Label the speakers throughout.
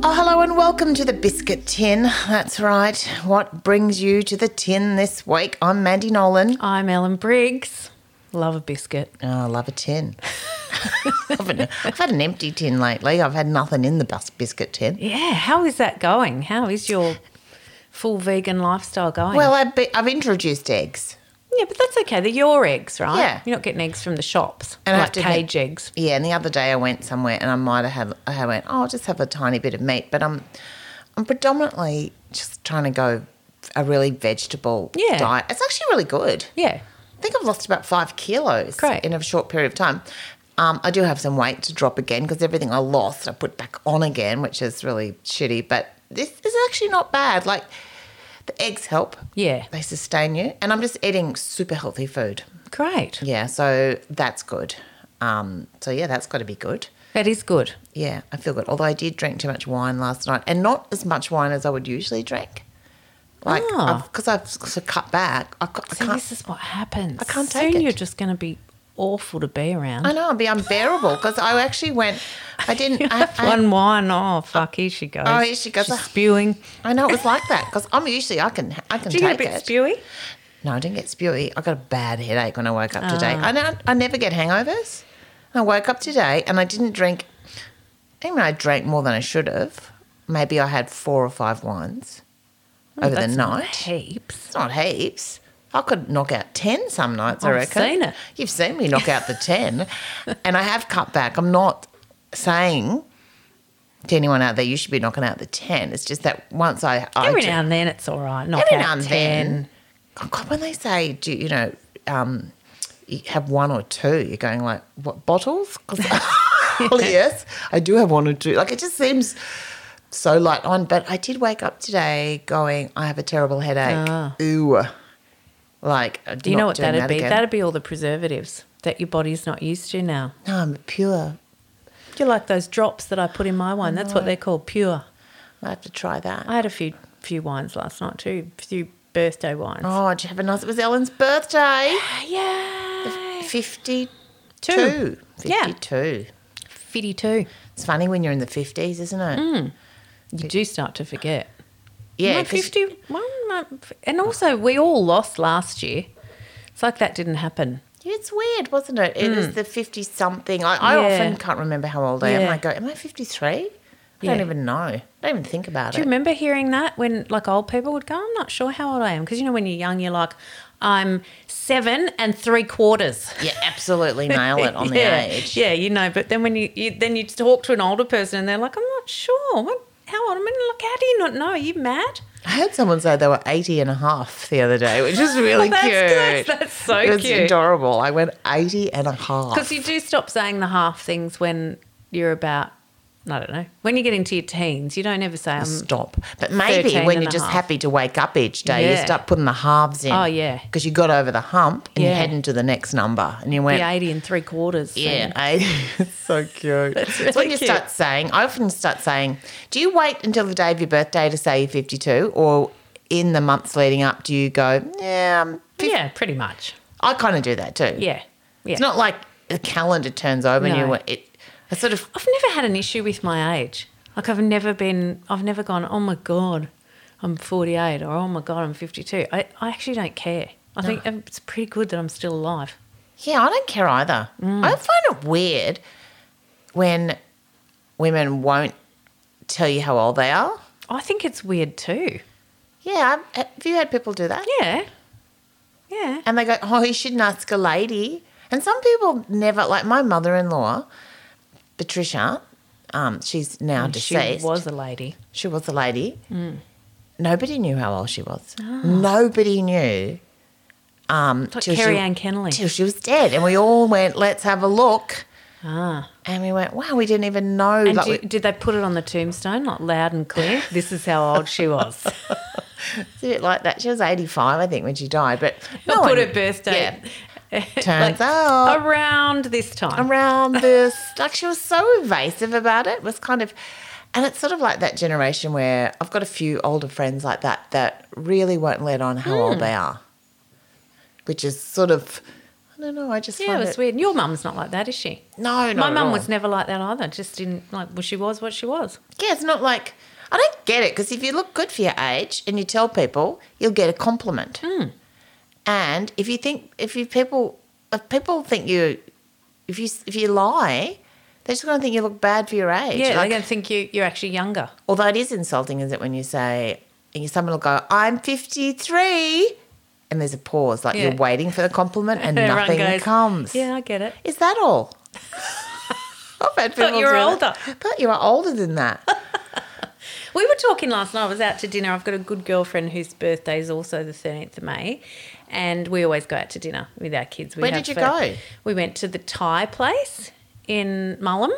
Speaker 1: Oh, hello and welcome to the Biscuit Tin. That's right. What brings you to the tin this week? I'm Mandy Nolan.
Speaker 2: I'm Ellen Briggs. Love a biscuit.
Speaker 1: Oh, I love a tin. I've, had, I've had an empty tin lately. I've had nothing in the bus biscuit tin.
Speaker 2: Yeah, how is that going? How is your full vegan lifestyle going?
Speaker 1: Well, I've, be, I've introduced eggs.
Speaker 2: yeah, but that's okay. They're your eggs, right?
Speaker 1: Yeah.
Speaker 2: You're not getting eggs from the shops,
Speaker 1: And I
Speaker 2: like
Speaker 1: have to admit-
Speaker 2: cage eggs.
Speaker 1: Yeah, and the other day I went somewhere and I might have had I went, oh, I'll just have a tiny bit of meat, but I'm I'm predominantly just trying to go a really vegetable
Speaker 2: Yeah.
Speaker 1: diet. It's actually really good.
Speaker 2: Yeah.
Speaker 1: I think I've lost about five kilos
Speaker 2: Great.
Speaker 1: in a short period of time. Um, I do have some weight to drop again because everything I lost I put back on again, which is really shitty. But this is actually not bad. Like the eggs help.
Speaker 2: Yeah.
Speaker 1: They sustain you. And I'm just eating super healthy food.
Speaker 2: Great.
Speaker 1: Yeah. So that's good. Um, so yeah, that's got to be good.
Speaker 2: That is good.
Speaker 1: Yeah, I feel good. Although I did drink too much wine last night and not as much wine as I would usually drink. Like,
Speaker 2: Ah.
Speaker 1: because I've, sort of cut back, I, ca- I
Speaker 2: See,
Speaker 1: can't
Speaker 2: this is what happens. I
Speaker 1: can't
Speaker 2: Soon
Speaker 1: take it.
Speaker 2: you're just going to be awful to be around.
Speaker 1: I know, it'd be unbearable because I actually went. I didn't. I,
Speaker 2: Have
Speaker 1: I-
Speaker 2: One wine. Oh, fuck. Here she goes.
Speaker 1: Oh, here she goes.
Speaker 2: She's spewing.
Speaker 1: I know it was like that because I'm usually I can I can
Speaker 2: Do you get a
Speaker 1: take
Speaker 2: bit
Speaker 1: it.
Speaker 2: spewy?
Speaker 1: no, I didn't get spewy. I got a bad headache when I woke up today.
Speaker 2: Ah.
Speaker 1: I know I never get hangovers. I woke up today and I didn't drink. Even I drank more than I should have. Maybe I had four or five wines over the
Speaker 2: Hmm, That's not
Speaker 1: night.
Speaker 2: Heaps.
Speaker 1: It's not heaps. I could knock out 10 some nights, I
Speaker 2: I've
Speaker 1: reckon.
Speaker 2: seen it.
Speaker 1: You've seen me knock out the 10. and I have cut back. I'm not saying to anyone out there, you should be knocking out the 10. It's just that once I. I
Speaker 2: Every
Speaker 1: do-
Speaker 2: now and then it's all right. Knock
Speaker 1: every
Speaker 2: out
Speaker 1: now and
Speaker 2: 10.
Speaker 1: then. Oh God, when they say, do you know, um, you have one or two, you're going like, what, bottles? 'Cause- well, yes, I do have one or two. Like, it just seems so light on. But I did wake up today going, I have a terrible headache.
Speaker 2: Ah.
Speaker 1: Ooh. Like, I'm
Speaker 2: Do you know
Speaker 1: not
Speaker 2: what
Speaker 1: doing
Speaker 2: that'd
Speaker 1: that
Speaker 2: be?
Speaker 1: again.
Speaker 2: That'd be all the preservatives that your body's not used to now.
Speaker 1: No, I'm pure.
Speaker 2: Do you like those drops that I put in my wine? That's what they're called, pure.
Speaker 1: I have to try that.
Speaker 2: I had a few few wines last night too, few birthday wines.
Speaker 1: oh, did you have a nice? It was Ellen's birthday.
Speaker 2: yeah,
Speaker 1: 52.
Speaker 2: Two. Yeah.
Speaker 1: 52.
Speaker 2: fifty two.
Speaker 1: It's funny when you're in the 50s, isn't it?
Speaker 2: You do start to forget.
Speaker 1: Yeah,
Speaker 2: Mm. My
Speaker 1: 'cause-
Speaker 2: 51, my- and also we all lost last year. It's like that didn't happen.
Speaker 1: It's weird, wasn't it? It was the 50 something. I, I
Speaker 2: Hmm. Yeah.
Speaker 1: often can't remember how old I am.
Speaker 2: Yeah.
Speaker 1: I go, Am I 53? I
Speaker 2: Yeah.
Speaker 1: don't even know. I don't even think about
Speaker 2: Do you
Speaker 1: it.
Speaker 2: remember hearing that when like old people would go, I'm not sure how old I am? Because you know when you're young, you're like, I'm seven and three quarters.
Speaker 1: Yeah, absolutely nail it on
Speaker 2: yeah.
Speaker 1: the age.
Speaker 2: Yeah, you know, but then when you, you then you talk to an older person and they're like, I'm not sure. What how old am I? Look, how do you not know? Are you mad?
Speaker 1: I heard someone say they were 80 and a half the other day, which is really
Speaker 2: That's-
Speaker 1: cute.
Speaker 2: that's- that's so
Speaker 1: it was
Speaker 2: cute.
Speaker 1: adorable. I went 80 and a half.
Speaker 2: Because you do stop saying the half things when you're about I don't know. When you get into your teens, you don't ever say I'm
Speaker 1: Um, Stop. But maybe
Speaker 2: 13
Speaker 1: when
Speaker 2: and
Speaker 1: you're
Speaker 2: a
Speaker 1: just
Speaker 2: half.
Speaker 1: happy to wake up each day, you
Speaker 2: Yeah.
Speaker 1: start putting the halves in.
Speaker 2: Oh, yeah.
Speaker 1: Because you got over the hump and
Speaker 2: Yeah.
Speaker 1: you're heading to the next number. And you went,
Speaker 2: the eighty and three quarters.
Speaker 1: Yeah,
Speaker 2: thing.
Speaker 1: I, it's so cute. It's
Speaker 2: really
Speaker 1: when you
Speaker 2: cute.
Speaker 1: start saying, I often start saying, do you wait until the day of your birthday to say you're 52 or in the months leading up, do you go, yeah, I'm 50?
Speaker 2: Yeah, pretty much.
Speaker 1: I kind of do that too.
Speaker 2: Yeah. Yeah.
Speaker 1: It's not like the calendar turns over and
Speaker 2: No.
Speaker 1: you went, it, I sort of,
Speaker 2: I've never had an issue with my age. Like I've never been I've never gone, Oh my god, I'm forty eight or oh my god, I'm fifty two. I, I actually don't care. I think it's pretty good that I'm still alive.
Speaker 1: yeah, I don't care either.
Speaker 2: Mm.
Speaker 1: I find it weird when women won't tell you how old they are.
Speaker 2: I think it's weird too.
Speaker 1: Yeah, I've- have you had people do that?
Speaker 2: Yeah. Yeah.
Speaker 1: And they go, oh, you shouldn't ask a lady. And some people never, like my mother in law, Patricia, um, she's now deceased.
Speaker 2: She was Hmm. a lady.
Speaker 1: she was a lady. Nobody knew how old she was.
Speaker 2: Ah.
Speaker 1: Nobody knew. Um,
Speaker 2: Like
Speaker 1: till
Speaker 2: Carrie
Speaker 1: she,
Speaker 2: Ann Kennelly.
Speaker 1: Till she was dead. And we all went, let's have a look.
Speaker 2: Ah.
Speaker 1: And we went, wow, we didn't even know.
Speaker 2: And
Speaker 1: like,
Speaker 2: do-
Speaker 1: we-
Speaker 2: did they put it on the tombstone, like loud and clear? this is how old she was.
Speaker 1: it's a bit like that. She was 85, I think, when she died. But no
Speaker 2: They'll put
Speaker 1: one-
Speaker 2: her birthday
Speaker 1: Yeah. Turns out.
Speaker 2: around this time.
Speaker 1: around this. Like she was so evasive about it. It Was kind of, and it's sort of like that generation where I've got a few older friends like that
Speaker 2: Hmm.
Speaker 1: that really won't let on how old they are, which is sort of I don't know. I just
Speaker 2: Yeah,
Speaker 1: find
Speaker 2: it was
Speaker 1: it.
Speaker 2: weird. Your mum's not like that, is she?
Speaker 1: No, no.
Speaker 2: My mum was never like that either. Just didn't like. Well, she was what she was.
Speaker 1: Yeah, it's not like I don't get it because if you look good for your age and you tell people, you'll get a compliment.
Speaker 2: Hmm.
Speaker 1: And if you think if you people if people think you if you if you lie, they're just going to think you look bad for your age.
Speaker 2: Yeah,
Speaker 1: Like,
Speaker 2: they're going to think you you're actually younger.
Speaker 1: although it is insulting, is it when you say and someone will go, "I'm 53," and there's a pause, like
Speaker 2: Yeah.
Speaker 1: you're waiting for the compliment and
Speaker 2: Everyone
Speaker 1: nothing
Speaker 2: goes,
Speaker 1: comes.
Speaker 2: Yeah, I get it.
Speaker 1: Is that all? I've had people
Speaker 2: you
Speaker 1: do
Speaker 2: were
Speaker 1: that.
Speaker 2: older.
Speaker 1: I thought you were older than that.
Speaker 2: We were talking last night. I was out to dinner. I've got a good girlfriend whose birthday is also the 13th of May. And we always go out to dinner with our kids. We
Speaker 1: Where
Speaker 2: have
Speaker 1: did you
Speaker 2: for-
Speaker 1: go?
Speaker 2: We went to the Thai place in Mullum.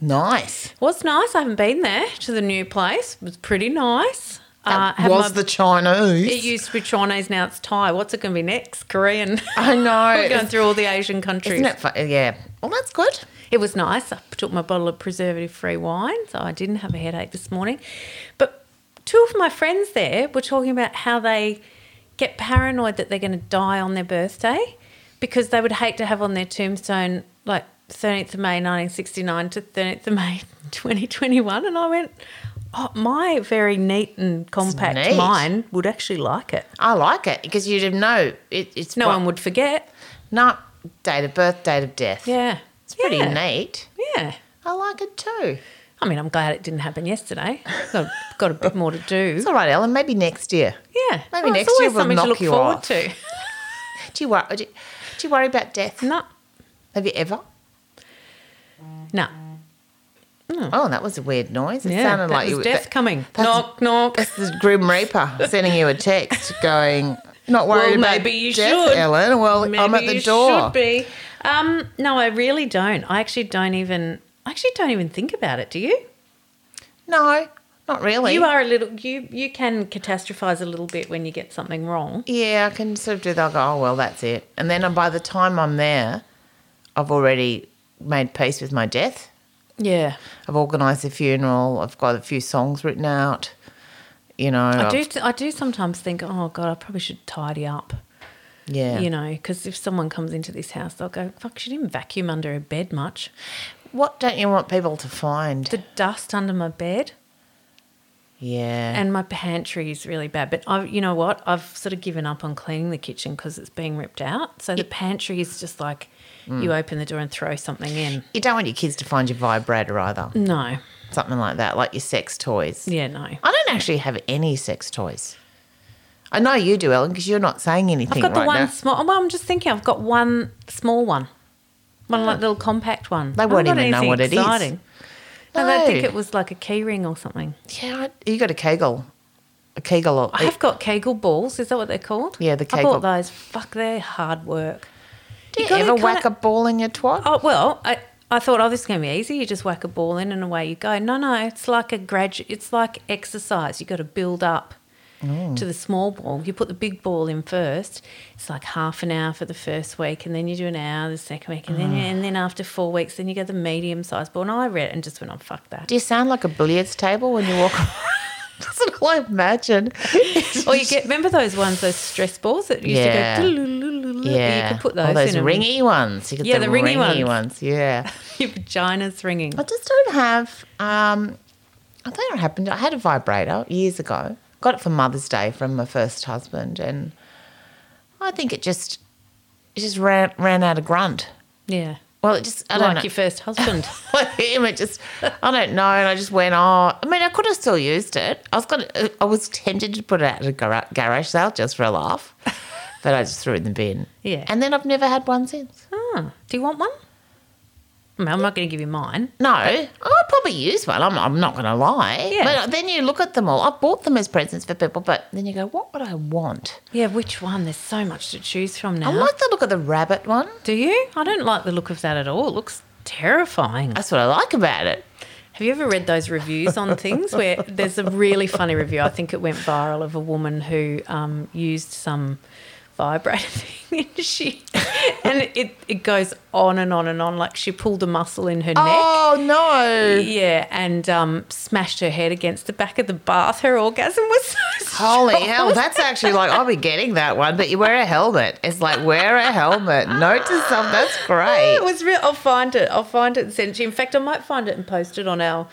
Speaker 1: nice.
Speaker 2: Was nice. I haven't been there to the new place. It was pretty nice. Uh,
Speaker 1: That
Speaker 2: had
Speaker 1: was
Speaker 2: my-
Speaker 1: the Chinese.
Speaker 2: It used to be Chinese, now it's Thai. What's it going to be next? Korean.
Speaker 1: I know.
Speaker 2: We're going through all the Asian countries.
Speaker 1: Isn't it fu- Yeah. Well, that's good.
Speaker 2: It was nice. I took my bottle of preservative free wine, so I didn't have a headache this morning. But two of my friends there were talking about how they get paranoid that they're going to die on their birthday because they would hate to have on their tombstone, like 13th of May 1969 to 13th of May 2021. And I went, oh, my very neat and compact
Speaker 1: neat.
Speaker 2: mind would actually like it.
Speaker 1: I like it because you didn't know it, it's
Speaker 2: No
Speaker 1: what-
Speaker 2: one would forget.
Speaker 1: No date of birth, date of death.
Speaker 2: Yeah.
Speaker 1: it's pretty
Speaker 2: Yeah.
Speaker 1: neat.
Speaker 2: Yeah.
Speaker 1: I like it too.
Speaker 2: I mean, I'm glad it didn't happen yesterday. Got, got a bit more to do.
Speaker 1: It's all right, Ellen. Maybe next year.
Speaker 2: Yeah.
Speaker 1: Maybe
Speaker 2: it's
Speaker 1: next
Speaker 2: always
Speaker 1: year we'll
Speaker 2: something
Speaker 1: knock
Speaker 2: to look
Speaker 1: you
Speaker 2: forward
Speaker 1: off.
Speaker 2: to.
Speaker 1: Do you worry? Do you, do you worry about death?
Speaker 2: No.
Speaker 1: Have you ever?
Speaker 2: No.
Speaker 1: Oh, that was a weird noise. It
Speaker 2: Yeah.
Speaker 1: sounded
Speaker 2: that
Speaker 1: like
Speaker 2: was
Speaker 1: you
Speaker 2: death
Speaker 1: that-
Speaker 2: coming.
Speaker 1: that's-
Speaker 2: knock, knock.
Speaker 1: That's the Grim Reaper sending you a text going, "Not worried
Speaker 2: Well,
Speaker 1: about
Speaker 2: maybe you
Speaker 1: death,
Speaker 2: should.
Speaker 1: Ellen." Well, I'm
Speaker 2: Maybe
Speaker 1: at the
Speaker 2: you
Speaker 1: door.
Speaker 2: Should be. Um, no, I really don't. I actually don't even. I actually don't even think about it. Do you?
Speaker 1: No, not really.
Speaker 2: You are a little. You you can catastrophize a little bit when you get something wrong.
Speaker 1: Yeah, I can sort of do that. I'll go, oh, well, that's it. And then by the time I'm there, I've already made peace with my death.
Speaker 2: Yeah.
Speaker 1: I've organised a funeral. I've got a few songs written out. You know,
Speaker 2: I do. I do sometimes think, oh God, I probably should tidy up.
Speaker 1: Yeah.
Speaker 2: You know, because if someone comes into this house, they'll go, "Fuck, she didn't vacuum under her bed much."
Speaker 1: What don't you want people to find?
Speaker 2: The dust under my bed.
Speaker 1: yeah.
Speaker 2: And my pantry is really bad. But I, you know what? I've sort of given up on cleaning the kitchen because it's being ripped out. So the pantry is just like
Speaker 1: Mm.
Speaker 2: you open the door and throw something in.
Speaker 1: you don't want your kids to find your vibrator either.
Speaker 2: No.
Speaker 1: Something like that, like your sex toys.
Speaker 2: Yeah, no.
Speaker 1: I don't actually have any sex toys. I know you do, Ellen, because you're not saying anything
Speaker 2: I've got the
Speaker 1: right
Speaker 2: one
Speaker 1: now.
Speaker 2: small. Well, I'm just thinking I've got one small one, one like little compact one.
Speaker 1: They won't even know what it is.
Speaker 2: it is. No, I think
Speaker 1: No.
Speaker 2: it was like a key ring or something.
Speaker 1: Yeah, I- you got a Kegel, a Kegel. Or,
Speaker 2: I have got Kegel balls. Is that what they're called?
Speaker 1: Yeah, the
Speaker 2: I
Speaker 1: Kegel-
Speaker 2: bought those. Fuck, they're hard work.
Speaker 1: do you,
Speaker 2: gotta
Speaker 1: ever
Speaker 2: kinda-
Speaker 1: whack a ball in your twat?
Speaker 2: Oh well, I I thought oh this is gonna be easy. You just whack a ball in and away you go. No, no, it's like a graduate. It's like exercise. You got to build up
Speaker 1: Mm.
Speaker 2: to the small ball. You put the big ball in first. It's like half an hour for the first week, and then you do an hour the second week, and then
Speaker 1: Mm.
Speaker 2: and then after four weeks, then you get the medium sized ball. And I read it and just went on fuck that.
Speaker 1: Do you sound like a billiards table when you walk around? That's what I imagine.
Speaker 2: or you get remember those ones those stress balls that used
Speaker 1: Yeah.
Speaker 2: to go. "Doo-loo-loo-loo-loo,"
Speaker 1: yeah,
Speaker 2: you could put those.
Speaker 1: All those
Speaker 2: in and-
Speaker 1: ringy ones. You could
Speaker 2: Yeah,
Speaker 1: yeah, the,
Speaker 2: the
Speaker 1: ringy,
Speaker 2: ringy
Speaker 1: ones.
Speaker 2: ones.
Speaker 1: Yeah,
Speaker 2: Your vagina's ringing.
Speaker 1: I just don't have. Um, I think it happened. I had a vibrator years ago. Got it for Mother's Day from my first husband, and I think it just it just ran ran out of grunt.
Speaker 2: Yeah,
Speaker 1: Well, it just I don't
Speaker 2: like
Speaker 1: know.
Speaker 2: your first husband.
Speaker 1: like him. It just, I don't know. And I just went, oh, I mean, I could have still used it. I was gonna, uh, I was tempted to put it at a gara- garage sale just for a laugh, but I just threw it in the bin.
Speaker 2: Yeah.
Speaker 1: And then I've never had one since.
Speaker 2: Oh, do you want one? I mean, I'm not going to give you mine.
Speaker 1: No, I'll probably use one. I'm, I'm not going to lie.
Speaker 2: Yeah.
Speaker 1: But then you look at them all. I bought them as presents for people, but then you go, what would I want?
Speaker 2: Yeah, which one? There's so much to choose from now.
Speaker 1: I like the look of the rabbit one.
Speaker 2: do you? I don't like the look of that at all. It looks terrifying.
Speaker 1: That's what I like about it.
Speaker 2: Have you ever read those reviews on things where there's a really funny review? I think it went viral of a woman who um, used some vibrator thing and she and it, it goes on and on and on. Like she pulled a muscle in her
Speaker 1: Oh no!
Speaker 2: neck. Yeah, and um, smashed her head against the back of the bath. Her orgasm was so
Speaker 1: Holy
Speaker 2: strong.
Speaker 1: hell, that's actually like I'll be getting that one, but you wear a helmet. It's like wear a helmet. Note to self, that's
Speaker 2: Yeah,
Speaker 1: great.
Speaker 2: it was real. I'll find it. I'll find it and send it to you. In fact, I might find it and post it on our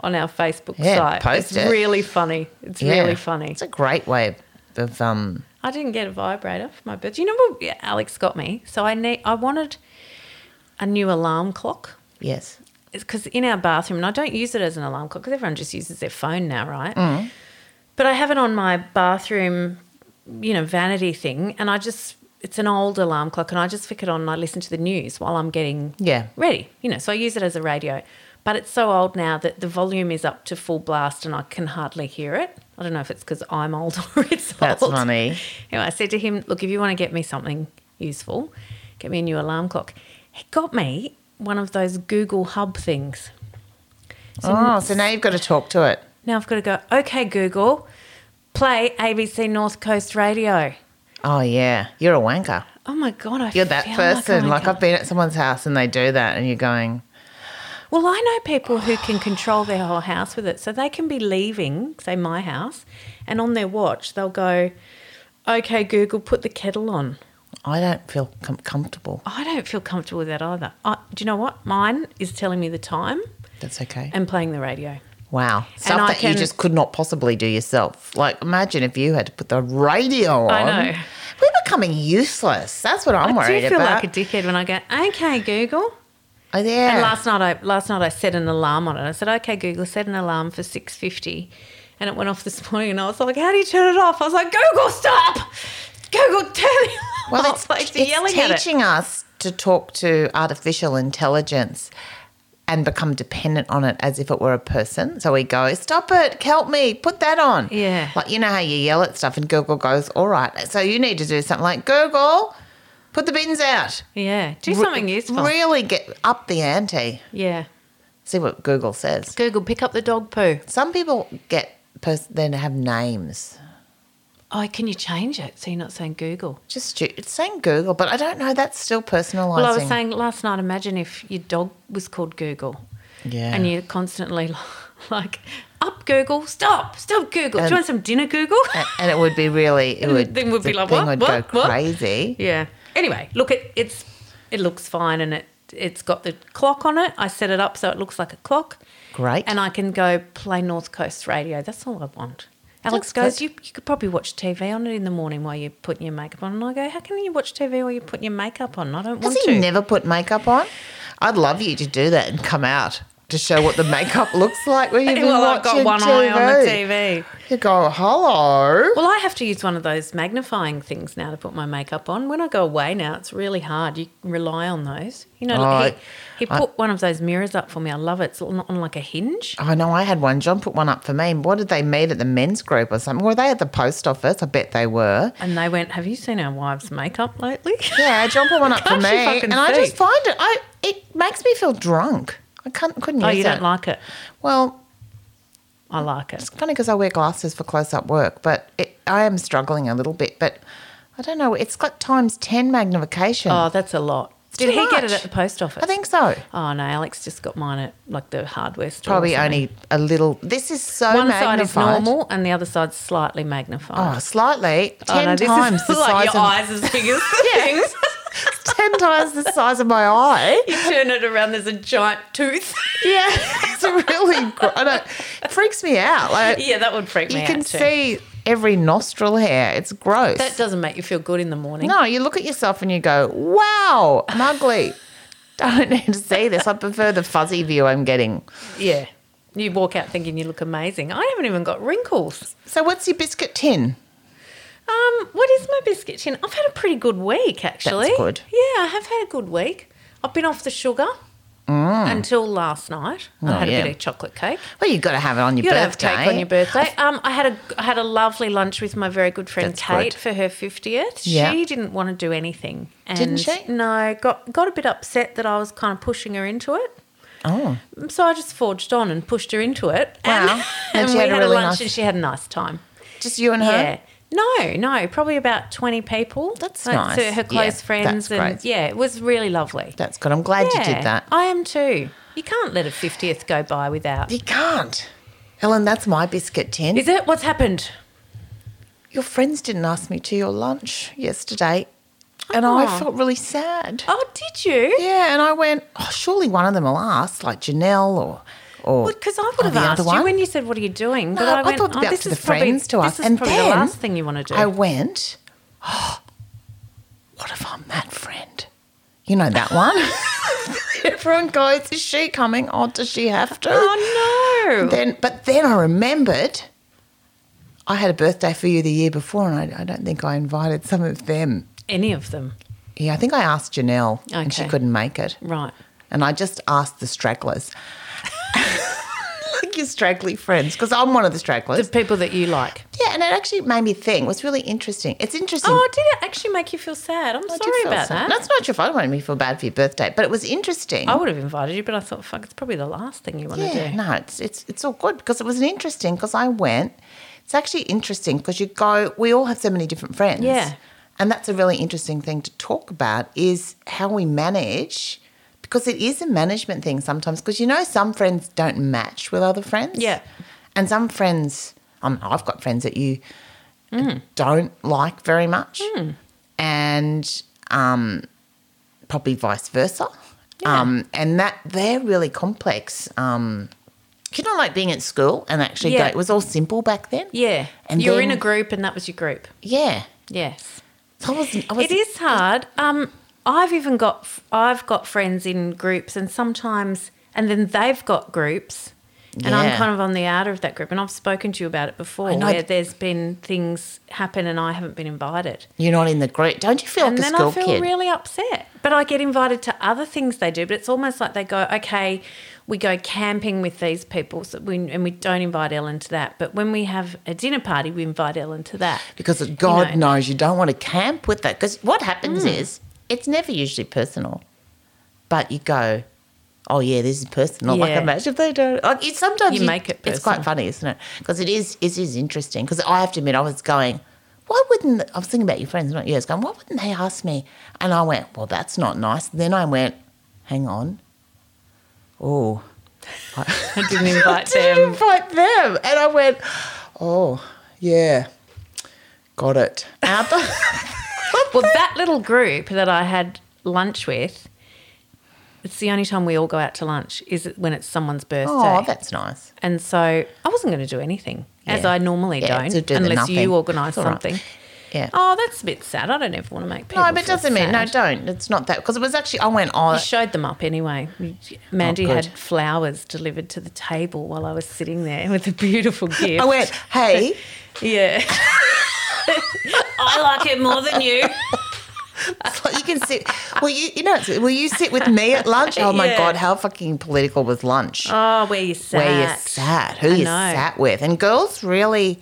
Speaker 2: on our Facebook
Speaker 1: Yeah,
Speaker 2: site.
Speaker 1: post
Speaker 2: it's
Speaker 1: it.
Speaker 2: really funny. It's
Speaker 1: Yeah.
Speaker 2: really funny.
Speaker 1: It's a great way of, of um
Speaker 2: I didn't get a vibrator for my birthday. You know what yeah, Alex got me? So I need. I wanted a new alarm clock
Speaker 1: yes.
Speaker 2: because in our bathroom, and I don't use it as an alarm clock because everyone just uses their phone now, right?
Speaker 1: Mm.
Speaker 2: But I have it on my bathroom, you know, vanity thing, and I just. It's an old alarm clock, and I just flick it on and I listen to the news while I'm getting
Speaker 1: Yeah.
Speaker 2: ready. You know, so I use it as a radio. But it's so old now that the volume is up to full blast and I can hardly hear it. I don't know if it's because I'm old or it's
Speaker 1: That's
Speaker 2: old.
Speaker 1: funny.
Speaker 2: Anyway, I said to him, Look, if you want to get me something useful, get me a new alarm clock. He got me one of those Google Hub things.
Speaker 1: Oh, so now you've got to talk to it.
Speaker 2: Now I've got to go, Okay, Google, play ABC North Coast Radio.
Speaker 1: Oh yeah. You're a wanker.
Speaker 2: Oh my God, I
Speaker 1: You're that
Speaker 2: feel
Speaker 1: person.
Speaker 2: like,
Speaker 1: Like
Speaker 2: I'm
Speaker 1: I've been at someone's house and they do that and you're going,
Speaker 2: Well, I know people who can control their whole house with it. So they can be leaving, say, my house, and on their watch, they'll go, okay, Google, put the kettle on.
Speaker 1: I don't feel com- comfortable.
Speaker 2: I don't feel comfortable with that either. I, do you know what? Mine is telling me the time
Speaker 1: That's okay.
Speaker 2: and playing the radio.
Speaker 1: Wow. Stuff
Speaker 2: I
Speaker 1: that you
Speaker 2: can-
Speaker 1: just could not possibly do yourself. Like, imagine if you had to put the radio on.
Speaker 2: I know.
Speaker 1: We're becoming useless. That's what I'm
Speaker 2: I
Speaker 1: worried
Speaker 2: do feel
Speaker 1: about.
Speaker 2: like a dickhead when I go, okay, Google.
Speaker 1: oh, yeah.
Speaker 2: And last night, I last night I set an alarm on it. I said, okay, Google, set an alarm for six fifty, and it went off this morning. And I was like, how do you turn it off? I was like, Google, stop! Google, turn it off!
Speaker 1: well,
Speaker 2: I
Speaker 1: it's,
Speaker 2: was like
Speaker 1: it's
Speaker 2: yelling at it.
Speaker 1: teaching us to talk to artificial intelligence and become dependent on it as if it were a person. So we go, stop it, help me, put that on.
Speaker 2: Yeah.
Speaker 1: Like, you know how you yell at stuff and Google goes, all right. So you need to do something like, Google, put the bins out.
Speaker 2: Yeah, do something useful.
Speaker 1: Really get up the ante.
Speaker 2: yeah,
Speaker 1: See what Google says.
Speaker 2: Google, pick up the dog poo.
Speaker 1: Some people get pers- then have names.
Speaker 2: Oh, can you change it so you're not saying Google?
Speaker 1: Just stu- it's saying Google, but I don't know. That's still personalizing.
Speaker 2: Well, I was saying last night. Imagine if your dog was called Google,
Speaker 1: yeah,
Speaker 2: and you're constantly like, "Up, Google! Stop! Stop, Google!
Speaker 1: And-
Speaker 2: do you want some dinner, Google?"
Speaker 1: A- and it would be really it would
Speaker 2: Then we'd be
Speaker 1: the
Speaker 2: like,
Speaker 1: thing
Speaker 2: what,
Speaker 1: would
Speaker 2: what,
Speaker 1: go
Speaker 2: what?
Speaker 1: crazy.
Speaker 2: Yeah. Anyway, look, it, it's it looks fine, and it it's got the clock on it. I set it up so it looks like a clock,
Speaker 1: Great.
Speaker 2: and I can go play North Coast Radio. That's all I want. Alex
Speaker 1: That's
Speaker 2: goes, you, you could probably watch TV on it in the morning while you're putting your makeup on. And I go, how can you watch TV while you're putting your makeup on? I don't
Speaker 1: Does
Speaker 2: want
Speaker 1: he
Speaker 2: to.
Speaker 1: never put makeup on? I'd love you to do that and come out to show what the makeup looks like when you've been
Speaker 2: well, I've got
Speaker 1: watching
Speaker 2: one eye
Speaker 1: TV.
Speaker 2: on the TV.
Speaker 1: You go, hello.
Speaker 2: Well, I have to use one of those magnifying things now to put my makeup on. When I go away now, it's really hard. You rely on those. You know, like
Speaker 1: Oh,
Speaker 2: he, he
Speaker 1: I-
Speaker 2: put one of those mirrors up for me. I love it. It's on on like a hinge.
Speaker 1: I know I had one. John put one up for me. What did they meet at the men's group or something? Were they at the post office? I bet they were.
Speaker 2: And they went, Have you seen our wives' makeup lately?
Speaker 1: Yeah, John put one up for
Speaker 2: Can't
Speaker 1: me,
Speaker 2: you fucking
Speaker 1: and I
Speaker 2: see?
Speaker 1: just find it. I it makes me feel drunk. I can't couldn't
Speaker 2: oh,
Speaker 1: use
Speaker 2: you
Speaker 1: it.
Speaker 2: don't like it?
Speaker 1: well,
Speaker 2: I like it.
Speaker 1: it's funny because I wear glasses for close up work, but it, I am struggling a little bit. But I don't know. It's got times ten magnification.
Speaker 2: Oh, that's a lot. Did
Speaker 1: too
Speaker 2: he get it
Speaker 1: much.
Speaker 2: at the post office?
Speaker 1: I think so.
Speaker 2: Oh, no. Alex just got mine at like the hardware store. or
Speaker 1: Probably
Speaker 2: something.
Speaker 1: only a little. This is so
Speaker 2: One
Speaker 1: magnified.
Speaker 2: side is normal and the other side's slightly
Speaker 1: Oh,
Speaker 2: magnified.
Speaker 1: slightly.
Speaker 2: Oh,
Speaker 1: Ten
Speaker 2: no, this
Speaker 1: times
Speaker 2: is
Speaker 1: the
Speaker 2: like
Speaker 1: size
Speaker 2: your
Speaker 1: of
Speaker 2: eyes as big as the things.
Speaker 1: ten times the size of my eye.
Speaker 2: You turn it around, there's a giant tooth.
Speaker 1: Yeah, it's a really. Gr- I don't. It freaks me out. Like
Speaker 2: yeah, that would freak me
Speaker 1: you
Speaker 2: out.
Speaker 1: can
Speaker 2: too.
Speaker 1: see every nostril hair. It's gross.
Speaker 2: That doesn't make you feel good in the morning.
Speaker 1: no, you look at yourself and you go, "Wow, I'm ugly." don't need to see this. I prefer the fuzzy view I'm getting.
Speaker 2: Yeah. You walk out thinking you look amazing. I haven't even got wrinkles.
Speaker 1: So, what's your biscuit tin?
Speaker 2: Um, what is my biscuit tin? I've had a pretty good week, actually.
Speaker 1: good.
Speaker 2: Yeah, I have had a good week. I've been off the sugar until last night. I
Speaker 1: Mm. Oh,
Speaker 2: had a
Speaker 1: yeah.
Speaker 2: bit of chocolate cake.
Speaker 1: Well, you've got to have it on your
Speaker 2: You gotta have
Speaker 1: birthday.
Speaker 2: cake on your birthday. Um, I had a I had a lovely lunch with my very good friend
Speaker 1: That's
Speaker 2: Kate
Speaker 1: good.
Speaker 2: for her fiftieth.
Speaker 1: Yeah.
Speaker 2: She didn't want to do anything. And
Speaker 1: Didn't she?
Speaker 2: No, got got a bit upset that I was kind of pushing her into it.
Speaker 1: Oh,
Speaker 2: So I just forged on and pushed her into it.
Speaker 1: Wow.
Speaker 2: And,
Speaker 1: And
Speaker 2: and
Speaker 1: she
Speaker 2: we
Speaker 1: had
Speaker 2: had,
Speaker 1: a
Speaker 2: a
Speaker 1: really
Speaker 2: lunch
Speaker 1: nice-
Speaker 2: and she had a nice time.
Speaker 1: just you and her.
Speaker 2: Yeah. No, no, probably about 20 people.
Speaker 1: That's
Speaker 2: Like,
Speaker 1: nice.
Speaker 2: So her close
Speaker 1: Yeah,
Speaker 2: friends.
Speaker 1: that's
Speaker 2: and
Speaker 1: great.
Speaker 2: yeah, it was really lovely.
Speaker 1: That's good. I'm glad
Speaker 2: yeah,
Speaker 1: you did that.
Speaker 2: I am too. You can't let a 50th go by without.
Speaker 1: You can't. Helen, that's my biscuit tin.
Speaker 2: Is it? What's happened?
Speaker 1: your friends didn't ask me to your lunch yesterday, and
Speaker 2: Oh.
Speaker 1: I felt really sad.
Speaker 2: Oh, did you?
Speaker 1: Yeah, and I went, oh, surely one of them will ask, like Janelle or. or
Speaker 2: Because I
Speaker 1: or Oh,
Speaker 2: would have
Speaker 1: the other
Speaker 2: asked you
Speaker 1: one."
Speaker 2: when you said, "What are you doing?" But
Speaker 1: No,
Speaker 2: I
Speaker 1: I
Speaker 2: went,
Speaker 1: thought
Speaker 2: "Oh,
Speaker 1: about
Speaker 2: this
Speaker 1: to
Speaker 2: is
Speaker 1: the
Speaker 2: probably,
Speaker 1: friends to us,
Speaker 2: This is
Speaker 1: and
Speaker 2: probably the
Speaker 1: then
Speaker 2: last thing you want to do.
Speaker 1: I went, oh, what if I'm that friend? You know that one? Everyone goes, is she coming? Oh, does she have to?
Speaker 2: oh no!
Speaker 1: Then, but then I remembered I had a birthday for you the year before, and I, I don't think I invited some of them.
Speaker 2: Any of them,
Speaker 1: Yeah, I think I asked Janelle, and she
Speaker 2: Okay.
Speaker 1: couldn't make it.
Speaker 2: right?
Speaker 1: And I just asked the stragglers, like your straggly friends, because I'm one of the stragglers.
Speaker 2: The people that you like.
Speaker 1: Yeah, and it actually made me think. It was really interesting. It's interesting.
Speaker 2: Oh, did it actually make you feel sad? I'm
Speaker 1: I did
Speaker 2: sorry
Speaker 1: feel
Speaker 2: about
Speaker 1: sad.
Speaker 2: that.
Speaker 1: That's not your fault. It made me feel bad for your birthday, but it was interesting.
Speaker 2: I would have invited you, but I thought, fuck, it's probably the last thing you want to
Speaker 1: yeah,
Speaker 2: do.
Speaker 1: no, it's it's it's all good because it was an interesting. Because I went. It's actually interesting because you go. We all have so many different friends.
Speaker 2: Yeah.
Speaker 1: and that's a really interesting thing to talk about is how we manage. Because it is a management thing sometimes. Because you know some friends don't match with other friends.
Speaker 2: Yeah.
Speaker 1: and some friends. Um, I've got friends that you
Speaker 2: Mm.
Speaker 1: don't like very much, and um, probably vice versa. Um, and that they're really complex. Um, you know, like being at school and actually
Speaker 2: Yeah.
Speaker 1: go, it was all simple back then.
Speaker 2: Yeah,
Speaker 1: And
Speaker 2: you were in
Speaker 1: then-
Speaker 2: a group, and that was your group.
Speaker 1: Yeah.
Speaker 2: Yes.
Speaker 1: So I was, I was,
Speaker 2: it is hard. Um, I've even got I've got friends in groups, and sometimes, and then they've got groups, and I'm
Speaker 1: Yeah.
Speaker 2: kind of on the outer of that group. And I've spoken to you about it before,
Speaker 1: know.
Speaker 2: where there's been things happen, and I haven't been invited,
Speaker 1: You're not in the group. Don't you feel
Speaker 2: and
Speaker 1: like a
Speaker 2: then I
Speaker 1: school
Speaker 2: feel
Speaker 1: kid?
Speaker 2: really upset. But I get invited to other things they do, but it's almost like they go, okay, we go camping with these people, so we, and we don't invite Ellen to that. But when we have a dinner party, we invite Ellen to that.
Speaker 1: because God
Speaker 2: know.
Speaker 1: knows you don't want to camp with that. Because what
Speaker 2: Hmm.
Speaker 1: happens is it's never usually personal, but you go, oh yeah, this is personal. Like
Speaker 2: Yeah.
Speaker 1: imagine if they don't. Like it, sometimes
Speaker 2: You make it
Speaker 1: It's quite
Speaker 2: personal.
Speaker 1: funny, isn't it? Because it is. It is interesting. Because I have to admit, I was going. Why wouldn't I was thinking about your friends, not yours? Going, why wouldn't they ask me? And I went, well, that's not nice. Then I went, hang on, oh,
Speaker 2: I didn't invite
Speaker 1: did
Speaker 2: them.
Speaker 1: invite them. And I went, oh, yeah, got it. And I thought-
Speaker 2: Well, that little group that I had lunch with, it's the only time we all go out to lunch is when it's someone's birthday.
Speaker 1: oh, that's nice.
Speaker 2: and so I wasn't going to do anything, as
Speaker 1: Yeah.
Speaker 2: I normally
Speaker 1: Yeah,
Speaker 2: don't,
Speaker 1: to do the
Speaker 2: unless
Speaker 1: nothing.
Speaker 2: you organise
Speaker 1: It's all right.
Speaker 2: something.
Speaker 1: Yeah.
Speaker 2: Oh, that's a bit sad. I don't ever want to make people.
Speaker 1: no, but it
Speaker 2: feel
Speaker 1: doesn't mean, no,
Speaker 2: sad.
Speaker 1: don't. It's not that. Because it was actually, I went, oh,
Speaker 2: You showed them up anyway. Mandy
Speaker 1: good.
Speaker 2: had flowers delivered to the table while I was sitting there with a beautiful gift.
Speaker 1: I went, hey,
Speaker 2: yeah. I like it more than you.
Speaker 1: it's like you can sit. Will you, you know, it's- will you sit with me at lunch? Oh my
Speaker 2: Yeah.
Speaker 1: God, how fucking political was lunch?
Speaker 2: Oh, where you sat.
Speaker 1: Where you sat, who
Speaker 2: I
Speaker 1: you
Speaker 2: know.
Speaker 1: sat with. And girls really,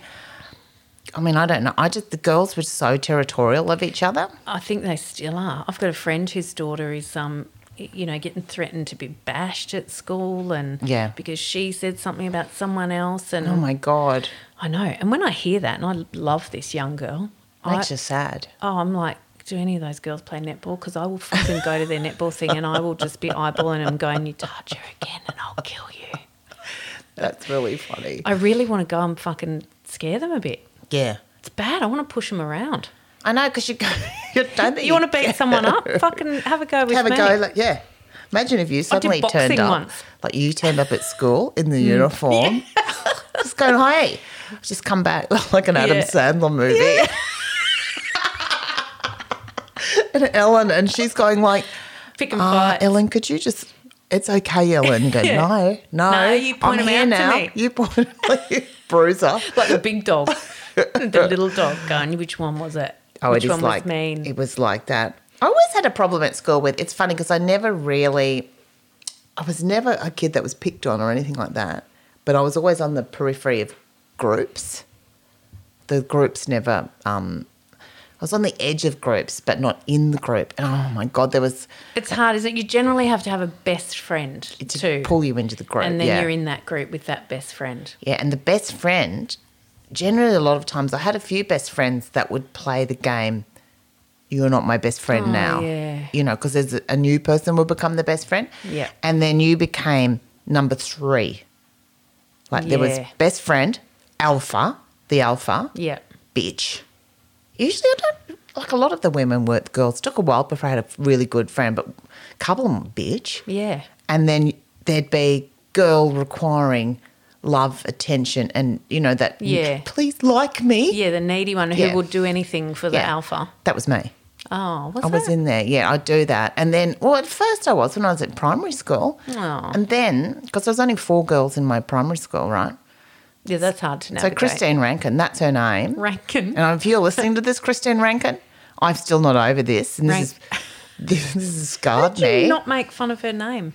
Speaker 1: I mean, I don't know. I just, the girls were so territorial of each other.
Speaker 2: I think they still are. I've got a friend whose daughter is um you know getting threatened to be bashed at school and
Speaker 1: Yeah.
Speaker 2: because she said something about someone else and
Speaker 1: Oh my God.
Speaker 2: I know. And when I hear that and I love this young girl, I,
Speaker 1: Makes you sad.
Speaker 2: oh I'm like do any of those girls play netball? Because I will fucking go to their netball thing and I will just be eyeballing them going, you touch her again and I'll kill you.
Speaker 1: That's really funny.
Speaker 2: I really want to go and fucking scare them a bit.
Speaker 1: Yeah.
Speaker 2: It's bad. I want to push them around.
Speaker 1: I know, because you go, you don't think
Speaker 2: You want to beat someone up? Fucking have a go with
Speaker 1: have
Speaker 2: me.
Speaker 1: a go. Like, yeah. Imagine if you suddenly turned
Speaker 2: boxing
Speaker 1: up,
Speaker 2: once. Mm.
Speaker 1: like you turned up at school in the uniform, just going, "Hey, I've just come back like an Adam
Speaker 2: Yeah.
Speaker 1: Sandler movie." and Ellen, and she's going like,
Speaker 2: Pick and
Speaker 1: "Ah,
Speaker 2: fight.
Speaker 1: Ellen, could you just?" It's okay, Ellen. You go,
Speaker 2: Yeah.
Speaker 1: no, no,
Speaker 2: No, you point
Speaker 1: I'm
Speaker 2: 'em
Speaker 1: here
Speaker 2: out to
Speaker 1: now.
Speaker 2: me."
Speaker 1: You point, like, bruiser.
Speaker 2: like the big dog, the little dog going, which one was it?
Speaker 1: Oh,
Speaker 2: which
Speaker 1: it is
Speaker 2: one
Speaker 1: like
Speaker 2: was mean?
Speaker 1: it was like that. I always had a problem at school with. It's funny because I never really, I was never a kid that was picked on or anything like that. But I was always on the periphery of groups. The groups never. Um, I was on the edge of groups, but not in the group. And oh my god, there was
Speaker 2: it's hard, isn't it? You generally have to have a best friend
Speaker 1: to
Speaker 2: too,
Speaker 1: pull you into the group.
Speaker 2: and then
Speaker 1: yeah.
Speaker 2: you're in that group with that best friend.
Speaker 1: Yeah, and the best friend generally a lot of times I had a few best friends that would play the game. You're not my best friend
Speaker 2: Oh,
Speaker 1: now.
Speaker 2: yeah.
Speaker 1: You know, because there's a- a new person will become the best friend.
Speaker 2: Yeah.
Speaker 1: And then you became number three. Like there was
Speaker 2: Yeah.
Speaker 1: best friend, alpha, the alpha,
Speaker 2: Yeah.
Speaker 1: bitch. Usually, I don't like a lot of the women were girls. Took a while before I had a really good friend, but a couple of them, were bitch.
Speaker 2: Yeah.
Speaker 1: And then there'd be girl requiring love, attention, and you know that.
Speaker 2: Yeah.
Speaker 1: Please like me.
Speaker 2: Yeah, the needy one who
Speaker 1: Yeah.
Speaker 2: would do anything for the
Speaker 1: Yeah.
Speaker 2: alpha.
Speaker 1: That was me.
Speaker 2: Oh, what's
Speaker 1: I was
Speaker 2: that?
Speaker 1: in there. Yeah, I do that. And then, well, at first I was when I was at primary school.
Speaker 2: Aw.
Speaker 1: And then, because there was only four girls in my primary school, right?
Speaker 2: yeah, that's hard to
Speaker 1: So
Speaker 2: navigate.
Speaker 1: Christine Rankin, that's her name.
Speaker 2: Rankin.
Speaker 1: And if you're listening to this, Christine Rankin, I'm still not over this. And this is this, this has scarred
Speaker 2: Did
Speaker 1: me.
Speaker 2: you not make fun of her name?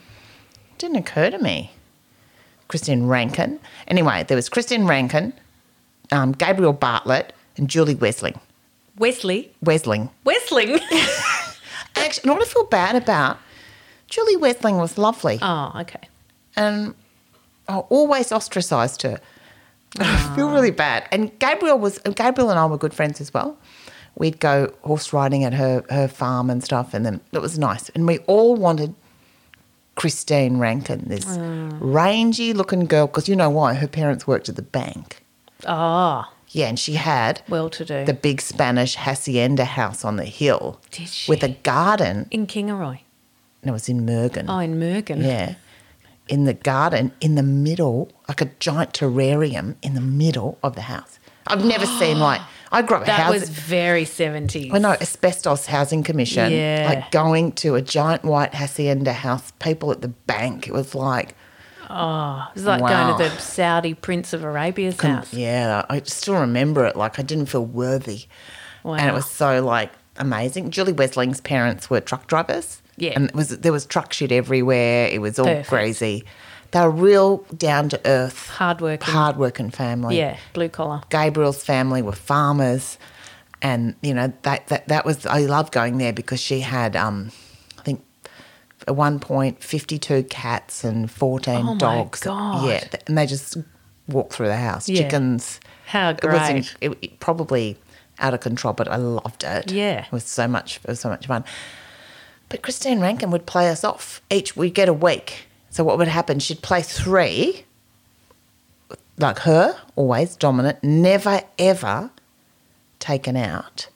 Speaker 1: Didn't occur to me. Christine Rankin. Anyway, there was Christine Rankin, um, Gabriel Bartlett, and Julie Wesling.
Speaker 2: Wesley.
Speaker 1: Wesling.
Speaker 2: Wesling.
Speaker 1: And actually, and what I feel bad about, Julie Wesling was lovely,
Speaker 2: oh, okay.
Speaker 1: and I always ostracised her. I feel
Speaker 2: Ah.
Speaker 1: really bad. And Gabriel was and Gabriel and I were good friends as well. We'd go horse riding at her her farm and stuff, and then it was nice. And we all wanted Christine Rankin, this
Speaker 2: Ah.
Speaker 1: rangy looking girl, because you know why? Her parents worked at the bank.
Speaker 2: Oh,
Speaker 1: Yeah, and she had
Speaker 2: well to do.
Speaker 1: the big Spanish hacienda house on the hill
Speaker 2: Did
Speaker 1: with a
Speaker 2: she?
Speaker 1: garden.
Speaker 2: in Kingaroy.
Speaker 1: And it was in Mergen.
Speaker 2: Oh, in Mergen.
Speaker 1: Yeah. In the garden, in the middle, like a giant terrarium in the middle of the house. I've never seen like I grew up
Speaker 2: That
Speaker 1: housing.
Speaker 2: was very 70s.
Speaker 1: I know asbestos housing commission.
Speaker 2: Yeah.
Speaker 1: Like going to a giant white hacienda house, people at the bank. It was like,
Speaker 2: It was Oh, like
Speaker 1: Wow.
Speaker 2: going to the Saudi Prince of Arabia's house.
Speaker 1: yeah, I still remember it. Like I didn't feel worthy,
Speaker 2: Wow.
Speaker 1: and it was so like amazing. Julie Wesling's parents were truck drivers.
Speaker 2: Yeah.
Speaker 1: and it was there was truck shit everywhere. It was all
Speaker 2: Perfect.
Speaker 1: crazy. They were real down to earth.
Speaker 2: hard work.
Speaker 1: hardworking family.
Speaker 2: Yeah, blue collar.
Speaker 1: Gabriel's family were farmers, and you know that that that was I love going there because she had um, I think at one point fifty two cats and fourteen
Speaker 2: Oh my
Speaker 1: dogs.
Speaker 2: God.
Speaker 1: Yeah, th- and they just walked through the house,
Speaker 2: Yeah.
Speaker 1: chickens.
Speaker 2: How
Speaker 1: It wasn't
Speaker 2: great.
Speaker 1: it, it probably out of control, but I loved it.
Speaker 2: Yeah.
Speaker 1: it was so much it was so much fun. But Christine Rankin would play us off each. We'd get a week. So what would happen? She'd play three like her, always dominant, never ever taken out.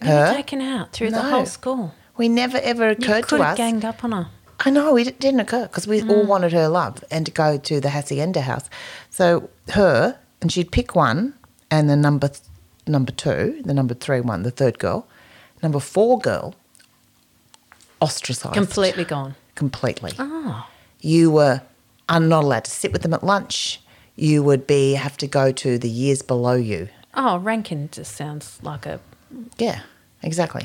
Speaker 2: Never
Speaker 1: Her?
Speaker 2: taken out through the
Speaker 1: No.
Speaker 2: whole school.
Speaker 1: We never ever
Speaker 2: You
Speaker 1: occurred
Speaker 2: could
Speaker 1: to
Speaker 2: have
Speaker 1: us.
Speaker 2: ganged up on her.
Speaker 1: I know it didn't occur because we all wanted her love and to go to the hacienda house. So her and she'd pick one and the number th- number two, the number three one, the third girl, number four girl, ostracized
Speaker 2: Completely gone.
Speaker 1: completely
Speaker 2: Oh,
Speaker 1: you were are not allowed to sit with them at lunch. You would be have to go to the years below you.
Speaker 2: oh, Rankin just sounds like a.
Speaker 1: Yeah, exactly.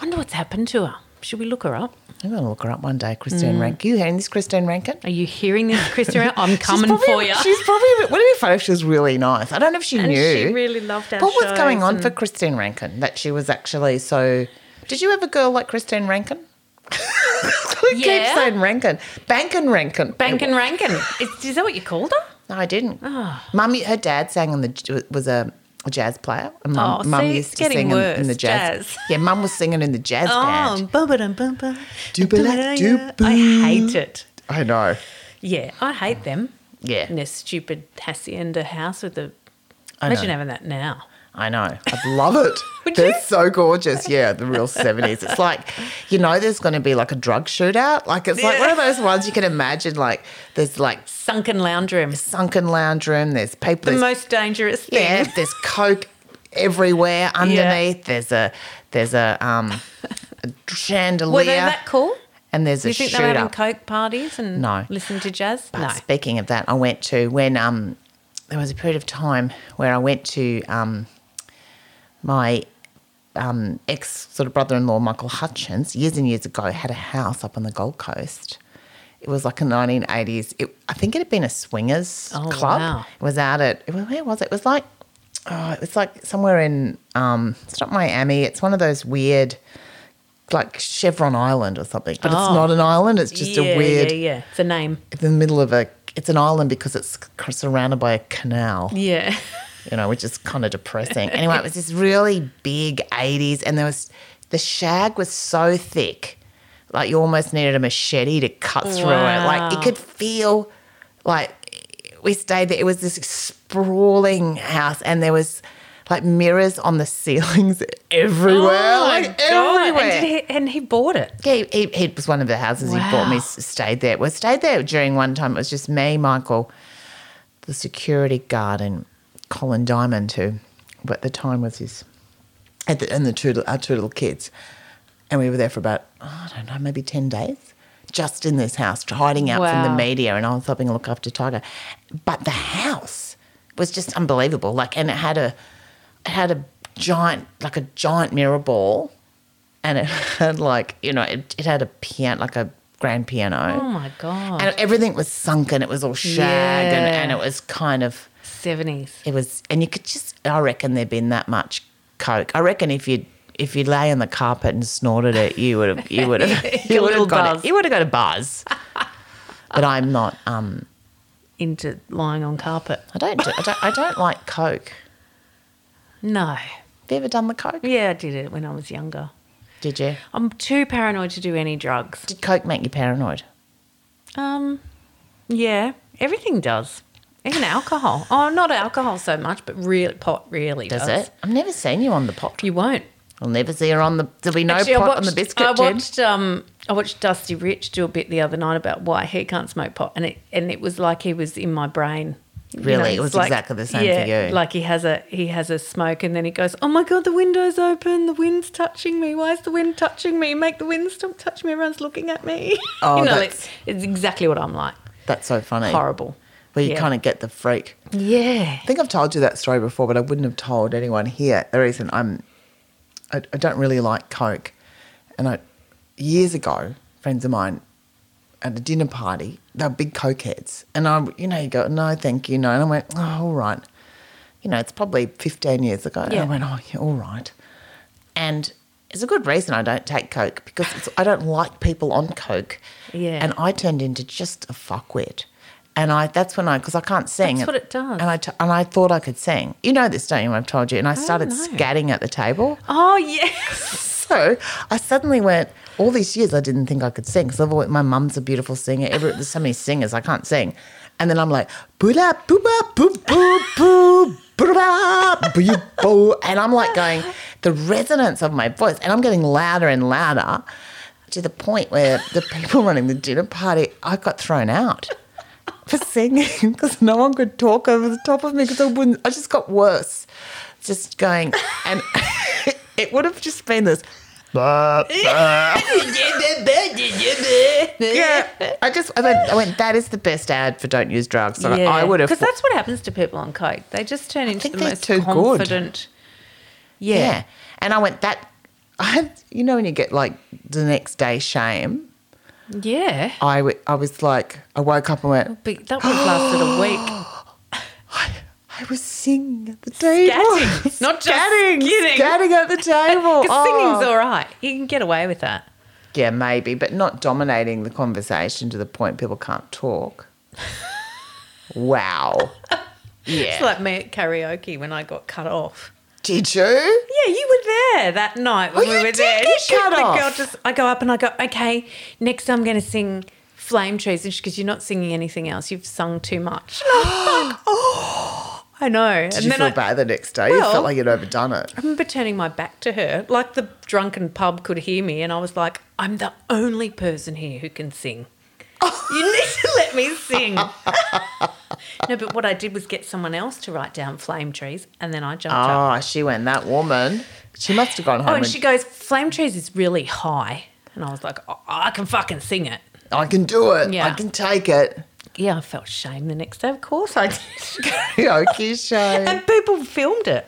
Speaker 2: Wonder what's happened to her. Should we look her up?
Speaker 1: I'm gonna look her up one day, Christine Rankin. You hearing this, Christine Rankin?
Speaker 2: Are you hearing this, Christina? I'm
Speaker 1: She's
Speaker 2: coming
Speaker 1: probably-
Speaker 2: for you.
Speaker 1: She's probably a bit- wouldn't it be funny if she was really nice. I don't know if she
Speaker 2: And
Speaker 1: knew.
Speaker 2: she really loved our
Speaker 1: What was going
Speaker 2: shows
Speaker 1: on
Speaker 2: and-
Speaker 1: for Christine Rankin that she was actually so? Did you have a girl like Christine Rankin? we keep
Speaker 2: Yeah.
Speaker 1: saying Rankin, Bankin Rankin,
Speaker 2: Bankin Rankin. Is, is that what you called her?
Speaker 1: No, I didn't.
Speaker 2: Oh.
Speaker 1: Mummy, her dad sang on the was a jazz player. And mum,
Speaker 2: Oh, see,
Speaker 1: mum
Speaker 2: it's getting
Speaker 1: in- in,
Speaker 2: worse,
Speaker 1: the jazz.
Speaker 2: jazz. Oh.
Speaker 1: Yeah, mum was singing in the jazz band.
Speaker 2: bum-ba-dum-bum-bum.
Speaker 1: Doobala dooboo.
Speaker 2: I hate it.
Speaker 1: I know.
Speaker 2: Yeah, I hate them.
Speaker 1: Yeah.
Speaker 2: In their stupid hacienda house with the.
Speaker 1: I
Speaker 2: Imagine
Speaker 1: know.
Speaker 2: having that now.
Speaker 1: I know. I love it.
Speaker 2: Would
Speaker 1: They're
Speaker 2: you?
Speaker 1: so gorgeous. Yeah, the real 70s. It's like, you know, there's going to be like a drug shootout. Like, it's like one of those ones you can imagine. Like, there's like
Speaker 2: Sunken lounge room.
Speaker 1: sunken lounge room, there's people.
Speaker 2: The
Speaker 1: there's-
Speaker 2: most dangerous thing.
Speaker 1: Yeah, there's coke everywhere underneath. There's a there's a um a chandelier.
Speaker 2: Were they that cool?
Speaker 1: and there's
Speaker 2: Do
Speaker 1: a
Speaker 2: you think they were having
Speaker 1: shooter.
Speaker 2: coke parties and
Speaker 1: No.
Speaker 2: listening to jazz?
Speaker 1: But
Speaker 2: no.
Speaker 1: speaking of that, I went to when um there was a period of time where I went to um my um ex sort of brother in law Michael Hutchins years and years ago had a house up on the Gold Coast. It was like a 1980s. It, I think it had been a swingers
Speaker 2: Oh,
Speaker 1: club.
Speaker 2: wow.
Speaker 1: It was out at it was- where was it? It was like oh, it was like somewhere in um it's not Miami. It's one of those weird like Chevron Island or something. But it's
Speaker 2: Oh.
Speaker 1: not an island. It's just
Speaker 2: Yeah,
Speaker 1: a weird
Speaker 2: Yeah, yeah. It's a name.
Speaker 1: in the middle of a it's an island because it's c- surrounded by a canal
Speaker 2: Yeah.
Speaker 1: you know, which is kind of depressing. Anyway, it was this really big 80s, and there was the shag was so thick, like you almost needed a machete to cut through it. Like
Speaker 2: Wow.
Speaker 1: it could feel like we stayed there. It was this sprawling house, and there was like mirrors on the ceilings everywhere, like everywhere.
Speaker 2: Oh And, did he, and he bought it.
Speaker 1: Yeah, he, he, he was one of the houses he bought me.
Speaker 2: Wow.
Speaker 1: s- Stayed there. We stayed there during one time. It was just me, Michael, the security guard, and Colin Diamond, who at the time was his, at the, and the two our two little kids, and we were there for about oh, I don't know, maybe ten days, just in this house, hiding out from
Speaker 2: Wow.
Speaker 1: the media, and I was helping look after Tiger. But the house was just unbelievable. Like, and it had a, it had a giant, like a giant mirror ball and it had like you know it, it had a piano like a grand piano
Speaker 2: Oh my god.
Speaker 1: and everything was sunken it was all shag and,
Speaker 2: Yeah.
Speaker 1: and it was kind of
Speaker 2: Seventies.
Speaker 1: it was and you could just i reckon there'd been that much coke i reckon if you if you lay on the carpet and snorted it you would have you would have
Speaker 2: A
Speaker 1: you would
Speaker 2: little
Speaker 1: have got
Speaker 2: buzz.
Speaker 1: it you would have got a buzz but i'm not um
Speaker 2: Into lying on carpet.
Speaker 1: i don't do, I don't i don't like coke
Speaker 2: No.
Speaker 1: have you ever done the coke
Speaker 2: Yeah, I did it when I was younger.
Speaker 1: did you
Speaker 2: I'm too paranoid to do any drugs.
Speaker 1: did coke make you paranoid
Speaker 2: Um, yeah, everything does. Even alcohol. Oh, not alcohol so much, but really pot really does.
Speaker 1: does it i've never seen you on the pot
Speaker 2: You won't.
Speaker 1: I'll never see her on the. There'll be no
Speaker 2: Actually, I
Speaker 1: pot on
Speaker 2: watched-
Speaker 1: the biscuit,
Speaker 2: I
Speaker 1: Jen.
Speaker 2: watched um I watched Dusty Rich do a bit the other night about why he can't smoke pot and it and it was like he was in my brain. You
Speaker 1: Really? It was
Speaker 2: it's
Speaker 1: exactly the same for you.
Speaker 2: Like he has a he has a smoke and then he goes, Oh my god, the window's open, the wind's touching me. Why is the wind touching me? Make the wind stop touching me, everyone's looking at me.
Speaker 1: Oh,
Speaker 2: you know,
Speaker 1: that's-
Speaker 2: it's, it's exactly what I'm like.
Speaker 1: That's so funny.
Speaker 2: Horrible.
Speaker 1: Where you
Speaker 2: Yeah.
Speaker 1: kind of get the freak.
Speaker 2: Yeah.
Speaker 1: I think I've told you that story before, but I wouldn't have told anyone here. The reason I'm, I, I don't really like Coke, and I, years ago, friends of mine, at a dinner party, they were big Coke heads, and I, you know, you go, no, thank you, no, and I went, oh, all right, you know, it's probably 15 years ago, and
Speaker 2: Yeah.
Speaker 1: I went, oh, yeah, all right, and it's a good reason I don't take Coke because it's, I don't like people on Coke,
Speaker 2: Yeah.
Speaker 1: and I turned into just a fuckwit. And I, that's when I, because I can't sing.
Speaker 2: That's what it does.
Speaker 1: And I t- and I thought I could sing. You know this, don't you? I've told you. And I started
Speaker 2: know.
Speaker 1: scatting at the table.
Speaker 2: Oh yes.
Speaker 1: So I suddenly went. All these years, I didn't think I could sing because I've always, my mum's a beautiful singer. Every, there's so many singers I can't sing, and then I'm like booda booba boo boo boo booda boo boo, and I'm like going the resonance of my voice, and I'm getting louder and louder to the point where the people running the dinner party, I got thrown out for singing because no one could talk over the top of me because I wouldn't. I just got worse, just going, and it would have just been this. Yeah, I just I went, I went. That is the best ad for don't use drugs. So I would have.
Speaker 2: because that's what happens to people on coke. They just turn into
Speaker 1: think
Speaker 2: the
Speaker 1: they're
Speaker 2: most
Speaker 1: too good.
Speaker 2: confident. Yeah.
Speaker 1: yeah. and I went that. I had you know when you get like the next day shame.
Speaker 2: Yeah.
Speaker 1: I w- I was like I woke up and went.
Speaker 2: But that would have lasted a week.
Speaker 1: I was singing at the table.
Speaker 2: Scatting, not just skidding.
Speaker 1: Scatting at the table.
Speaker 2: Because
Speaker 1: Oh.
Speaker 2: singing's all right. You can get away with that.
Speaker 1: Yeah, maybe, but not dominating the conversation to the point people can't talk. wow. Yeah.
Speaker 2: It's like me at karaoke when I got cut off.
Speaker 1: Did you?
Speaker 2: Yeah, you were there that night when
Speaker 1: Oh,
Speaker 2: we
Speaker 1: you
Speaker 2: were
Speaker 1: did
Speaker 2: there.
Speaker 1: get
Speaker 2: She-
Speaker 1: cut
Speaker 2: the girl
Speaker 1: off.
Speaker 2: just, I go up and I go, okay, next I'm going to sing Flame Trees. And she goes, you're not singing anything else. You've sung too much. And I was like, oh, I know.
Speaker 1: Did
Speaker 2: and
Speaker 1: you
Speaker 2: then
Speaker 1: feel
Speaker 2: I,
Speaker 1: bad the next day? you
Speaker 2: Well-
Speaker 1: felt like you'd overdone it.
Speaker 2: I remember turning my back to her, like the drunken pub could hear me, and I was like, I'm the only person here who can sing. You need to let me sing. no, but what I did was get someone else to write down flame trees, and then I jumped up.
Speaker 1: Oh, she went, that woman. She must have gone home.
Speaker 2: Oh, and
Speaker 1: and-
Speaker 2: she goes, Flame trees is really high. And I was like, oh, I can fucking sing it.
Speaker 1: I can do it. I
Speaker 2: Yeah.
Speaker 1: can take it.
Speaker 2: Yeah, I felt shame the next day. Of course I did.
Speaker 1: Karaoke show. I'm
Speaker 2: and people filmed it.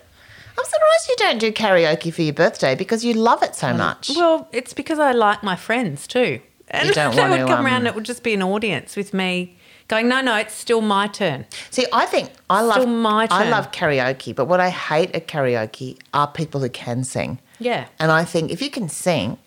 Speaker 1: surprised you don't do karaoke for your birthday because you love it so much.
Speaker 2: Well, it's because I like my friends too. And
Speaker 1: You don't
Speaker 2: they
Speaker 1: want
Speaker 2: would
Speaker 1: to,
Speaker 2: come
Speaker 1: um,
Speaker 2: around and it would just be an audience with me going, No, no, it's still my turn.
Speaker 1: See, I think I love
Speaker 2: Still my
Speaker 1: I
Speaker 2: turn.
Speaker 1: love karaoke, but what I hate at karaoke are people who can sing.
Speaker 2: Yeah.
Speaker 1: And I think if you can sing,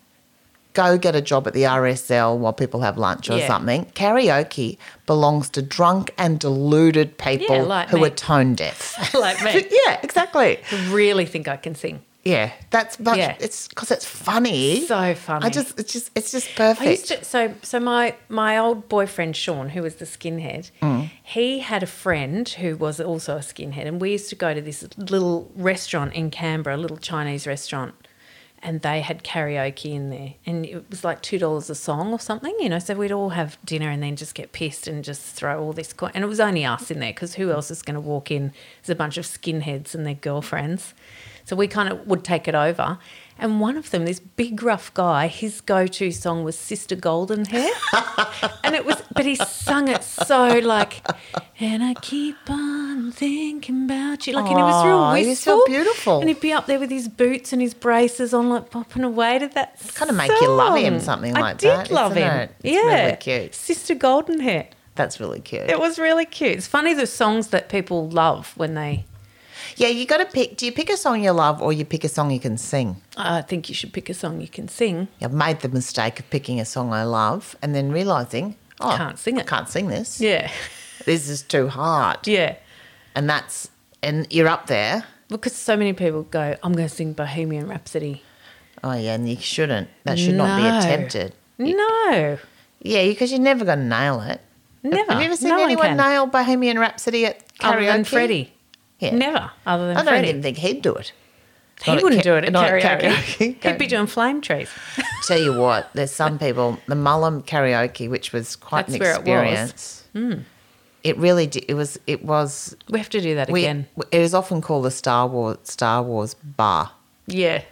Speaker 1: go get a job at the RSL while people have lunch or
Speaker 2: Yeah.
Speaker 1: something. Karaoke belongs to drunk and deluded people
Speaker 2: Yeah, like
Speaker 1: who
Speaker 2: me.
Speaker 1: are tone deaf.
Speaker 2: Like me.
Speaker 1: yeah, exactly.
Speaker 2: really think I can sing.
Speaker 1: Yeah, that's much,
Speaker 2: Yeah.
Speaker 1: it's because it's funny.
Speaker 2: So funny.
Speaker 1: I just it's just it's just
Speaker 2: I used
Speaker 1: perfect.
Speaker 2: to, so so my my old boyfriend Sean, who was the skinhead, he had a friend who was also a skinhead, and we used to go to this little restaurant in Canberra, a little Chinese restaurant, and they had karaoke in there, and it was like two dollars a song or something, you know. So we'd all have dinner and then just get pissed and just throw all this coin, and it was only us in there because who else is going to walk in? There's a bunch of skinheads and their girlfriends. So we kind of would take it over. And one of them, this big rough guy, his go-to song was Sister Golden Hair. and it was but he sung it so like and I keep on thinking about you. Like and it was real
Speaker 1: Aw,
Speaker 2: wistful.
Speaker 1: he was so beautiful.
Speaker 2: And he'd be up there with his boots and his braces on, like bopping away to that.
Speaker 1: Kinda make you love him,
Speaker 2: song.
Speaker 1: something
Speaker 2: I
Speaker 1: like
Speaker 2: did
Speaker 1: that,
Speaker 2: Love
Speaker 1: isn't
Speaker 2: him.
Speaker 1: it? It's
Speaker 2: yeah.
Speaker 1: really cute.
Speaker 2: Sister Golden Hair.
Speaker 1: That's really cute.
Speaker 2: It was really cute. It's funny the songs that people love when they
Speaker 1: Yeah, you got to pick. Do you pick a song you love or you pick a song you can sing?
Speaker 2: I think you should pick a song you can sing.
Speaker 1: I've made the mistake of picking a song I love and then realizing, oh,
Speaker 2: Can't sing
Speaker 1: I
Speaker 2: it.
Speaker 1: can't sing this.
Speaker 2: Yeah.
Speaker 1: This is too hard.
Speaker 2: Yeah.
Speaker 1: And that's and you're up there.
Speaker 2: Because so many people go, I'm going to sing Bohemian Rhapsody.
Speaker 1: Oh yeah, and you shouldn't. That should not be
Speaker 2: No.
Speaker 1: attempted.
Speaker 2: No.
Speaker 1: Yeah, because you're never going to nail it.
Speaker 2: Never.
Speaker 1: Have you ever seen
Speaker 2: No one
Speaker 1: anyone
Speaker 2: can.
Speaker 1: nail Bohemian Rhapsody at karaoke?
Speaker 2: Other than Freddie.
Speaker 1: Yeah.
Speaker 2: Never. Other than
Speaker 1: I don't
Speaker 2: Freddie.
Speaker 1: even think he'd do it.
Speaker 2: he
Speaker 1: not at
Speaker 2: wouldn't
Speaker 1: ca-
Speaker 2: do it at
Speaker 1: not
Speaker 2: karaoke.
Speaker 1: at karaoke.
Speaker 2: He'd be doing flame trees.
Speaker 1: Tell you what, there's some people, the Mullum karaoke, which was quite
Speaker 2: That's
Speaker 1: an
Speaker 2: where it was. Hmm.
Speaker 1: experience. It, really did. It was, it was,
Speaker 2: We have to do that
Speaker 1: we,
Speaker 2: again.
Speaker 1: it is often called the Star Wars, Star Wars bar
Speaker 2: Yeah.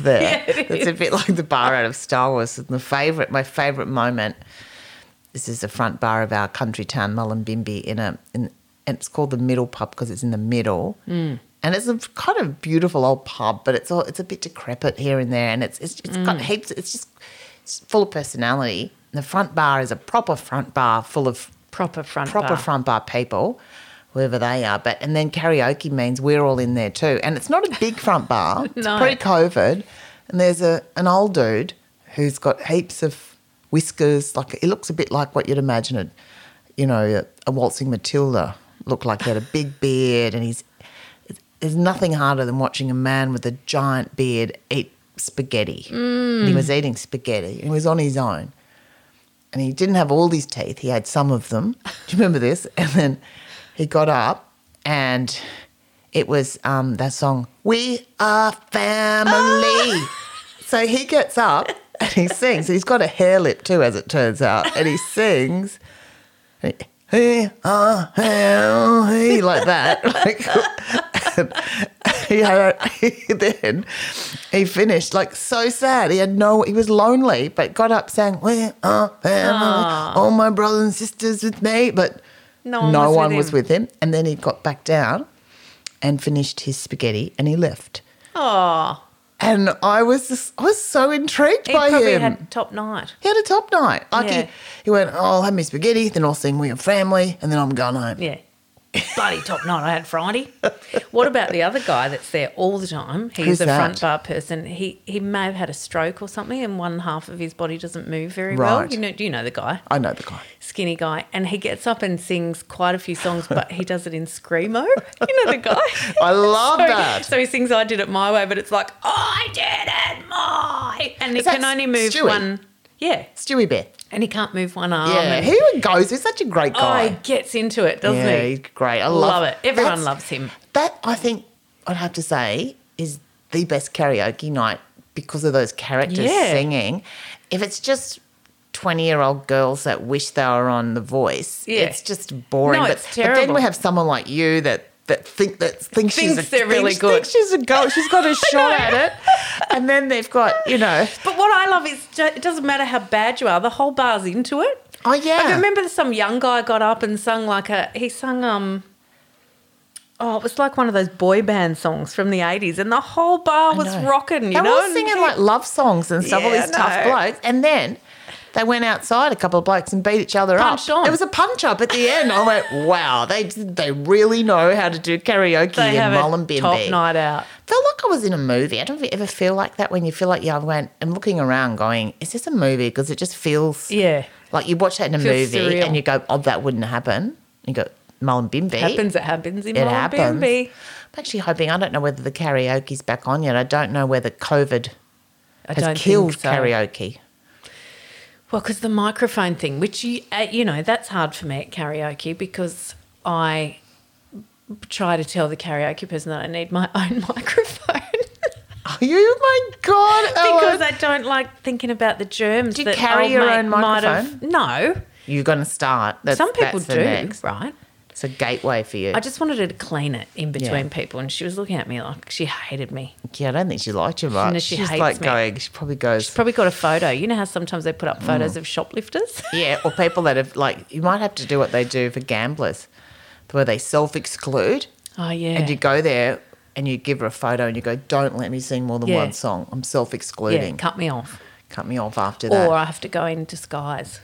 Speaker 1: there.
Speaker 2: Yeah, it
Speaker 1: it's a bit like the bar out of Star Wars. And the favorite, my favorite moment, this is the front bar of our country town, Mullumbimby, in a, in, and it's called the Middle Pub because it's in the middle. Mm. And it's a kind of beautiful old pub, but it's all, it's a bit decrepit here and there, and it's it's, it's
Speaker 2: Mm.
Speaker 1: got heaps. It's just it's full of personality. And the front bar is a proper front bar full of
Speaker 2: Proper front
Speaker 1: proper
Speaker 2: bar.
Speaker 1: front bar people, whoever they are. But and then karaoke means we're all in there too. And it's not a big front bar. It's
Speaker 2: No.
Speaker 1: pre-COVID, and there's a an old dude who's got heaps of whiskers. Like it looks a bit like what you'd imagine a, you know, a, a waltzing Matilda looked like. He had a big beard, and he's there's nothing harder than watching a man with a giant beard eat spaghetti. And
Speaker 2: Mm.
Speaker 1: He was eating spaghetti. and He was on his own and he didn't have all his teeth. He had some of them. Do you remember this? And then he got up, and it was um, that song, We Are Family. So he gets up and he sings. He's got a hair lip too, as it turns out. And he sings, He are family, uh, like that. Like, he had, then he finished like so sad. He had no, he was lonely, but got up saying, We are family, all my brothers and sisters with me. But
Speaker 2: No one was with him.
Speaker 1: was with him. And then he got back down and finished his spaghetti and he left.
Speaker 2: Oh.
Speaker 1: And I was just, I was so intrigued
Speaker 2: He
Speaker 1: by
Speaker 2: probably
Speaker 1: him.
Speaker 2: had top night.
Speaker 1: he had a top night. Like
Speaker 2: Yeah.
Speaker 1: he, he went, oh, I'll have me spaghetti, then I'll sing We Are Family, and then I'm going home.
Speaker 2: Yeah. Bloody top night I had Friday. What about the other guy that's there all the time? He's
Speaker 1: Who's
Speaker 2: a
Speaker 1: that?
Speaker 2: front bar person. He he may have had a stroke or something and one half of his body doesn't move very well.
Speaker 1: Right.
Speaker 2: You know do you know the guy?
Speaker 1: I know the guy.
Speaker 2: Skinny guy. And he gets up and sings quite a few songs, but he does it in Screamo. You know the guy?
Speaker 1: I love
Speaker 2: so,
Speaker 1: that.
Speaker 2: So he sings I did it my way, but it's like I did it my and he
Speaker 1: Is that
Speaker 2: can only move
Speaker 1: Stewie?
Speaker 2: one yeah.
Speaker 1: Stewie Bear.
Speaker 2: And he can't move one arm.
Speaker 1: Yeah,
Speaker 2: and-
Speaker 1: he goes. He's such a great
Speaker 2: Oh, he
Speaker 1: guy.
Speaker 2: gets into it, doesn't
Speaker 1: yeah,
Speaker 2: he?
Speaker 1: he's great. I
Speaker 2: Love,
Speaker 1: love,
Speaker 2: it. Everyone
Speaker 1: that's-
Speaker 2: loves him.
Speaker 1: That I think I'd have to say is the best karaoke night because of those characters
Speaker 2: Yeah.
Speaker 1: singing. If it's just twenty-year-old girls that wish they were on The Voice,
Speaker 2: Yeah.
Speaker 1: it's just boring.
Speaker 2: No,
Speaker 1: but,
Speaker 2: it's
Speaker 1: But then
Speaker 2: terrible.
Speaker 1: we have someone like you that that think that thinks, she's
Speaker 2: Thinks
Speaker 1: a,
Speaker 2: they're really
Speaker 1: thinks,
Speaker 2: good.
Speaker 1: Thinks she's a girl. She's got a shot at it, and then they've got you know.
Speaker 2: But what I love is ju- it doesn't matter how bad you are, the whole bar's into it.
Speaker 1: Oh
Speaker 2: Like,
Speaker 1: yeah,
Speaker 2: remember some young guy got up and sung like a he sung um oh it was like one of those boy band songs from the eighties and the whole bar was
Speaker 1: know.
Speaker 2: rocking. You
Speaker 1: they
Speaker 2: know,
Speaker 1: were all
Speaker 2: and
Speaker 1: singing
Speaker 2: he-
Speaker 1: like love songs and stuff, all
Speaker 2: Yeah,
Speaker 1: these
Speaker 2: I
Speaker 1: tough
Speaker 2: know.
Speaker 1: blokes. And then They went outside, a couple of blokes, and beat each other
Speaker 2: Punched
Speaker 1: up.
Speaker 2: on.
Speaker 1: There was a punch up at the end. I went, wow, they they really know how to do karaoke
Speaker 2: They
Speaker 1: in
Speaker 2: have a
Speaker 1: Mullumbimby.
Speaker 2: top night out.
Speaker 1: Felt like I was in a movie. I don't know if you ever feel like that when you feel like you I went and looking around, going, is this a movie? Because it just feels
Speaker 2: Yeah.
Speaker 1: like you watch that in a
Speaker 2: Feels
Speaker 1: movie
Speaker 2: surreal.
Speaker 1: and you go, oh, that wouldn't happen. You go, Mullumbimby.
Speaker 2: Happens, it happens in
Speaker 1: It
Speaker 2: my
Speaker 1: happens.
Speaker 2: B&B.
Speaker 1: I'm actually hoping. I don't know whether the karaoke's back on yet. I don't know whether COVID
Speaker 2: I
Speaker 1: has
Speaker 2: don't
Speaker 1: killed
Speaker 2: think so.
Speaker 1: karaoke.
Speaker 2: Well, because the microphone thing, which you, uh, you know, that's hard for me at karaoke because I try to tell the karaoke person that I need my own microphone
Speaker 1: Are you? My God,
Speaker 2: because
Speaker 1: Ellen.
Speaker 2: I don't like thinking about the
Speaker 1: Oh,
Speaker 2: germs.
Speaker 1: Do you
Speaker 2: that
Speaker 1: carry
Speaker 2: old
Speaker 1: your
Speaker 2: mate
Speaker 1: own
Speaker 2: might have- No,
Speaker 1: You're going to start. That's,
Speaker 2: some people
Speaker 1: that's the
Speaker 2: do,
Speaker 1: next.
Speaker 2: right?
Speaker 1: It's a gateway for you.
Speaker 2: I just wanted her to clean it in between
Speaker 1: Yeah.
Speaker 2: people, and she was looking at me like she hated me.
Speaker 1: yeah, I don't think she liked you much.
Speaker 2: No, she
Speaker 1: She's
Speaker 2: hates
Speaker 1: like
Speaker 2: me.
Speaker 1: going. She probably
Speaker 2: She's
Speaker 1: goes.
Speaker 2: probably got a photo. You know how sometimes they put up
Speaker 1: Mm.
Speaker 2: photos of shoplifters.
Speaker 1: Yeah, or people that have like. You might have to do what they do for gamblers, where they self-exclude,
Speaker 2: Oh yeah,
Speaker 1: and you go there and you give her a photo and you go, "Don't let me sing more than
Speaker 2: Yeah.
Speaker 1: one song. I'm
Speaker 2: yeah,
Speaker 1: self-excluding. cut,
Speaker 2: cut me off,
Speaker 1: me off after that."
Speaker 2: or I have to go in disguise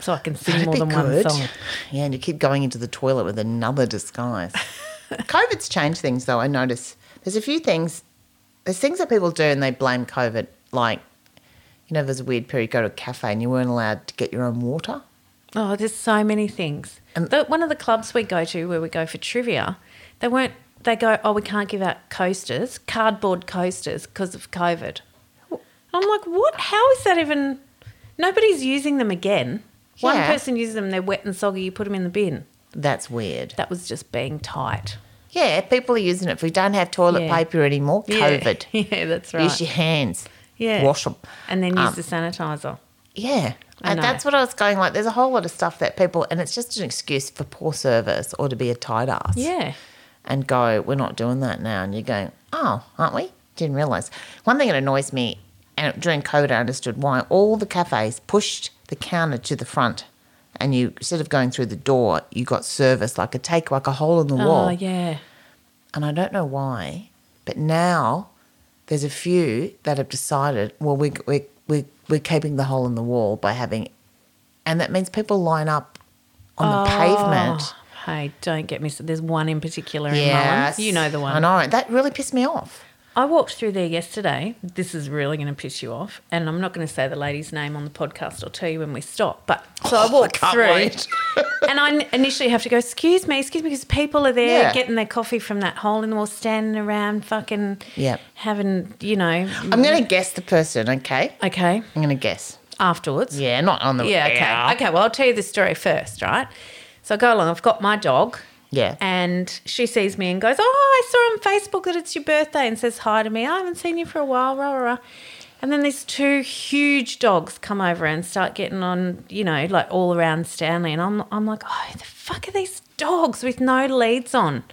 Speaker 2: so I can sing
Speaker 1: That'd
Speaker 2: more
Speaker 1: be
Speaker 2: than
Speaker 1: good.
Speaker 2: one song.
Speaker 1: Yeah, and you keep going into the toilet with another disguise. COVID's changed things, though. I notice there's a few things. There's things that people do and they blame COVID. Like, you know, there's a weird period. You go to a cafe and you weren't allowed to get your own water.
Speaker 2: Oh, there's so many things.
Speaker 1: And-
Speaker 2: the, one of the clubs we go to where we go for trivia, they weren't. They go, oh, we can't give out coasters, cardboard coasters, because of COVID. I'm like, what? How is that even? Nobody's using them again. One
Speaker 1: Yeah.
Speaker 2: person uses them. They're wet and soggy. You put them in the bin.
Speaker 1: That's weird.
Speaker 2: That was just being tight.
Speaker 1: Yeah, people are using it. If we don't have toilet
Speaker 2: Yeah.
Speaker 1: paper anymore,
Speaker 2: Yeah.
Speaker 1: COVID.
Speaker 2: Yeah, that's
Speaker 1: Use
Speaker 2: right.
Speaker 1: your hands.
Speaker 2: Yeah.
Speaker 1: Wash them.
Speaker 2: And then use
Speaker 1: Um,
Speaker 2: the sanitizer.
Speaker 1: Yeah.
Speaker 2: I
Speaker 1: And
Speaker 2: know.
Speaker 1: that's what I was going like. There's a whole lot of stuff that people, and it's just an excuse for poor service or to be a tight ass.
Speaker 2: Yeah.
Speaker 1: and go, we're not doing that now. And you're going, oh, aren't we? Didn't realize. One thing that annoys me, and during COVID, I understood why all the cafes pushed the counter to the front. And you, instead of going through the door, you got service like a take, like a hole in the wall.
Speaker 2: Oh yeah.
Speaker 1: And I don't know why, but now there's a few that have decided, well, we, we, we, we're keeping the hole in the wall by having, and that means people line up on the pavement.
Speaker 2: Oh, hey, don't get me. s- There's one in particular in
Speaker 1: Yes.
Speaker 2: Mullen. You know the one.
Speaker 1: I know. That really pissed me off.
Speaker 2: I walked through there yesterday. This is really going to piss you off, and I'm not going to say the lady's name on the podcast. I'll tell you when we stop. But so I walked
Speaker 1: Oh, can't
Speaker 2: through,
Speaker 1: wait.
Speaker 2: and I n- initially have to go, "Excuse me, excuse me," because people are there
Speaker 1: Yeah.
Speaker 2: getting their coffee from that hole in the wall, standing around, fucking,
Speaker 1: Yep.
Speaker 2: having, you know,
Speaker 1: I'm going to guess the person, okay?
Speaker 2: okay,
Speaker 1: I'm going to guess.
Speaker 2: afterwards.
Speaker 1: Yeah, not on the.
Speaker 2: Yeah, okay. Okay, well, I'll tell you the story first, right? So I go along, I've got my dog.
Speaker 1: Yeah.
Speaker 2: And she sees me and goes, Oh, I saw on Facebook that it's your birthday and says hi to me. I haven't seen you for a while, rah, rah, rah. And then these two huge dogs come over and start getting on, you know, like all around Stanley. And I'm, I'm like, Oh, the fuck are these dogs with no leads on?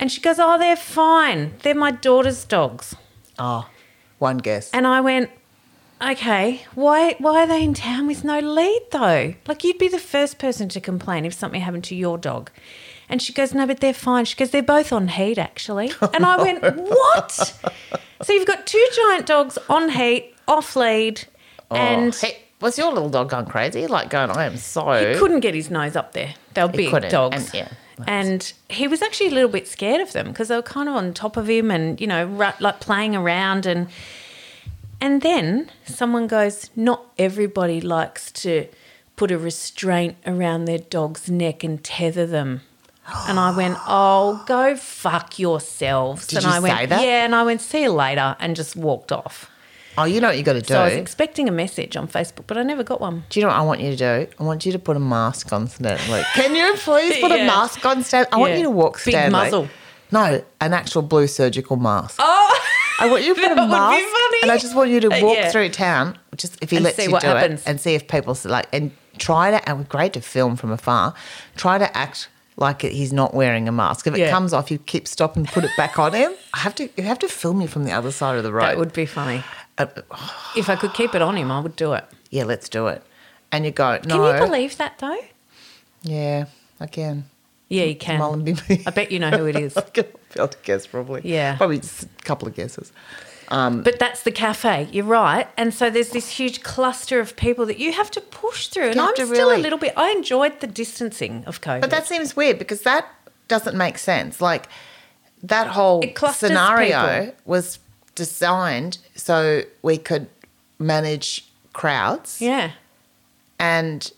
Speaker 2: And she goes, Oh, they're fine. They're my daughter's dogs.
Speaker 1: Oh, one guess.
Speaker 2: And I went, okay, why why are they in town with no lead though? Like you'd be the first person to complain if something happened to your dog. And she goes, no, but they're fine. She goes, they're both on heat actually. And I went, what? so you've got two giant dogs on heat, off lead,
Speaker 1: and
Speaker 2: and
Speaker 1: Oh, hey, was your little dog gone crazy? Like going, I am so.
Speaker 2: he couldn't get his nose up there. They were big
Speaker 1: couldn't,
Speaker 2: dogs.
Speaker 1: and- yeah.
Speaker 2: And he was actually a little bit scared of them because they were kind of on top of him and, you know, ru- like playing around. And and then someone goes, Not everybody likes to put a restraint around their dog's neck and tether them. And I went, Oh, go fuck yourselves.
Speaker 1: Did
Speaker 2: and
Speaker 1: you
Speaker 2: I went,
Speaker 1: say that?
Speaker 2: Yeah. And I went, See you later. And just walked off.
Speaker 1: Oh, you know what you got to do.
Speaker 2: So I was expecting a message on Facebook, but I never got one.
Speaker 1: do you know what I want you to do? I want you to put a mask on Stanley. Like, can you please put a
Speaker 2: Yeah.
Speaker 1: mask on Stanley? I want
Speaker 2: Yeah.
Speaker 1: you to walk
Speaker 2: Big
Speaker 1: Stanley.
Speaker 2: muzzle.
Speaker 1: No, an actual blue surgical mask. Oh, I want you to put a
Speaker 2: that would be
Speaker 1: mask,
Speaker 2: funny.
Speaker 1: and I just want you to
Speaker 2: Uh,
Speaker 1: walk
Speaker 2: yeah.
Speaker 1: through town. Just if he
Speaker 2: And
Speaker 1: lets
Speaker 2: see
Speaker 1: you
Speaker 2: what
Speaker 1: do
Speaker 2: happens.
Speaker 1: it, and see if people s- like and try to. And we're great to film from afar. Try to act like he's not wearing a mask. If it
Speaker 2: Yeah.
Speaker 1: comes off, you keep stop and put it back on him. I have to. You have to film you from the other side of the road.
Speaker 2: That would be funny.
Speaker 1: Uh,
Speaker 2: If I could keep it on him, I would do it.
Speaker 1: yeah, let's do it. And you go.
Speaker 2: Can
Speaker 1: No.
Speaker 2: you believe that though?
Speaker 1: yeah, I can.
Speaker 2: Yeah, you can.
Speaker 1: Mullumbimby.
Speaker 2: I bet you know who it is.
Speaker 1: I can fail to guess probably.
Speaker 2: Yeah.
Speaker 1: Probably just a couple of guesses.
Speaker 2: but that's the cafe. You're right. And so there's this huge cluster of people that you have to push through. And
Speaker 1: You
Speaker 2: I'm
Speaker 1: have to
Speaker 2: still a
Speaker 1: really-
Speaker 2: little bit. I enjoyed the distancing of COVID.
Speaker 1: But that seems weird because that doesn't make sense. Like that whole
Speaker 2: It clusters
Speaker 1: scenario
Speaker 2: people.
Speaker 1: was designed so we could manage crowds
Speaker 2: yeah,
Speaker 1: and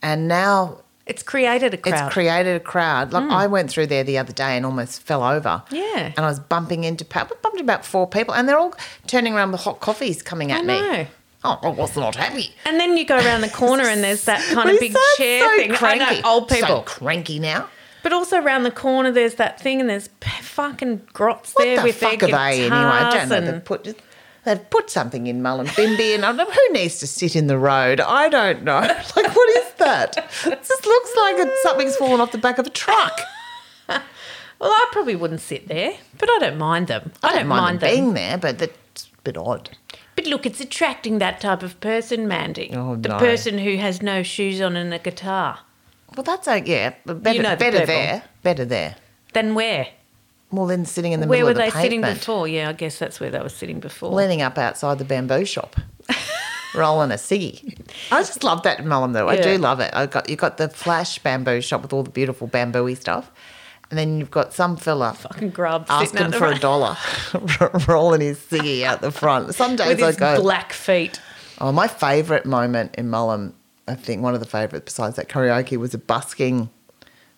Speaker 1: and now
Speaker 2: it's created a crowd. Hmm.
Speaker 1: it's created a crowd. Like I went through there the other day and almost fell over.
Speaker 2: Yeah.
Speaker 1: And I was bumping into pa- I bumped about four people and they're all turning around with hot coffees coming at
Speaker 2: I
Speaker 1: me.
Speaker 2: know.
Speaker 1: Oh, I was not happy.
Speaker 2: and then you go around the corner and there's that kind of
Speaker 1: We
Speaker 2: big
Speaker 1: sound
Speaker 2: chair
Speaker 1: so
Speaker 2: thing. I know,
Speaker 1: cranky.
Speaker 2: old
Speaker 1: So
Speaker 2: people.
Speaker 1: cranky now.
Speaker 2: But also around the corner, there's that thing, and there's p- fucking grots
Speaker 1: What
Speaker 2: there
Speaker 1: the
Speaker 2: with
Speaker 1: fuck
Speaker 2: their
Speaker 1: are they anyway? I don't
Speaker 2: guitars
Speaker 1: know.
Speaker 2: and-
Speaker 1: They've put, they've put something in Mullumbimby and I'm like, who needs to sit in the road? I don't know. Like, what is that? It just looks like it's, something's fallen off the back of a truck.
Speaker 2: well, I probably wouldn't sit there, but I don't mind them. I, don't, mind,
Speaker 1: them
Speaker 2: them.
Speaker 1: being there, but that's a bit odd.
Speaker 2: But look, it's attracting that type of person, Mandy.
Speaker 1: Oh,
Speaker 2: the
Speaker 1: no.
Speaker 2: person who has no shoes on and a guitar.
Speaker 1: Well, that's okay. Yeah, but better,
Speaker 2: know the
Speaker 1: better
Speaker 2: people.
Speaker 1: there. Better there.
Speaker 2: Then where?
Speaker 1: Well, then sitting in the
Speaker 2: where
Speaker 1: middle
Speaker 2: were
Speaker 1: of the
Speaker 2: they sitting
Speaker 1: pavement,
Speaker 2: before? Yeah, I guess that's where they were sitting before.
Speaker 1: leaning up outside the bamboo shop, rolling a ciggy. I just love that Mullum though. I
Speaker 2: Yeah.
Speaker 1: do love it. I got you got the flash bamboo shop with all the beautiful bambooy stuff, and then you've got some fella
Speaker 2: Fucking grub sitting
Speaker 1: asking
Speaker 2: out the
Speaker 1: for a
Speaker 2: front
Speaker 1: dollar, rolling his ciggy out the front. Some days
Speaker 2: with
Speaker 1: I
Speaker 2: his
Speaker 1: go.
Speaker 2: black feet.
Speaker 1: Oh, my favourite moment in Mullum, I think one of the favourite besides that karaoke was a busking.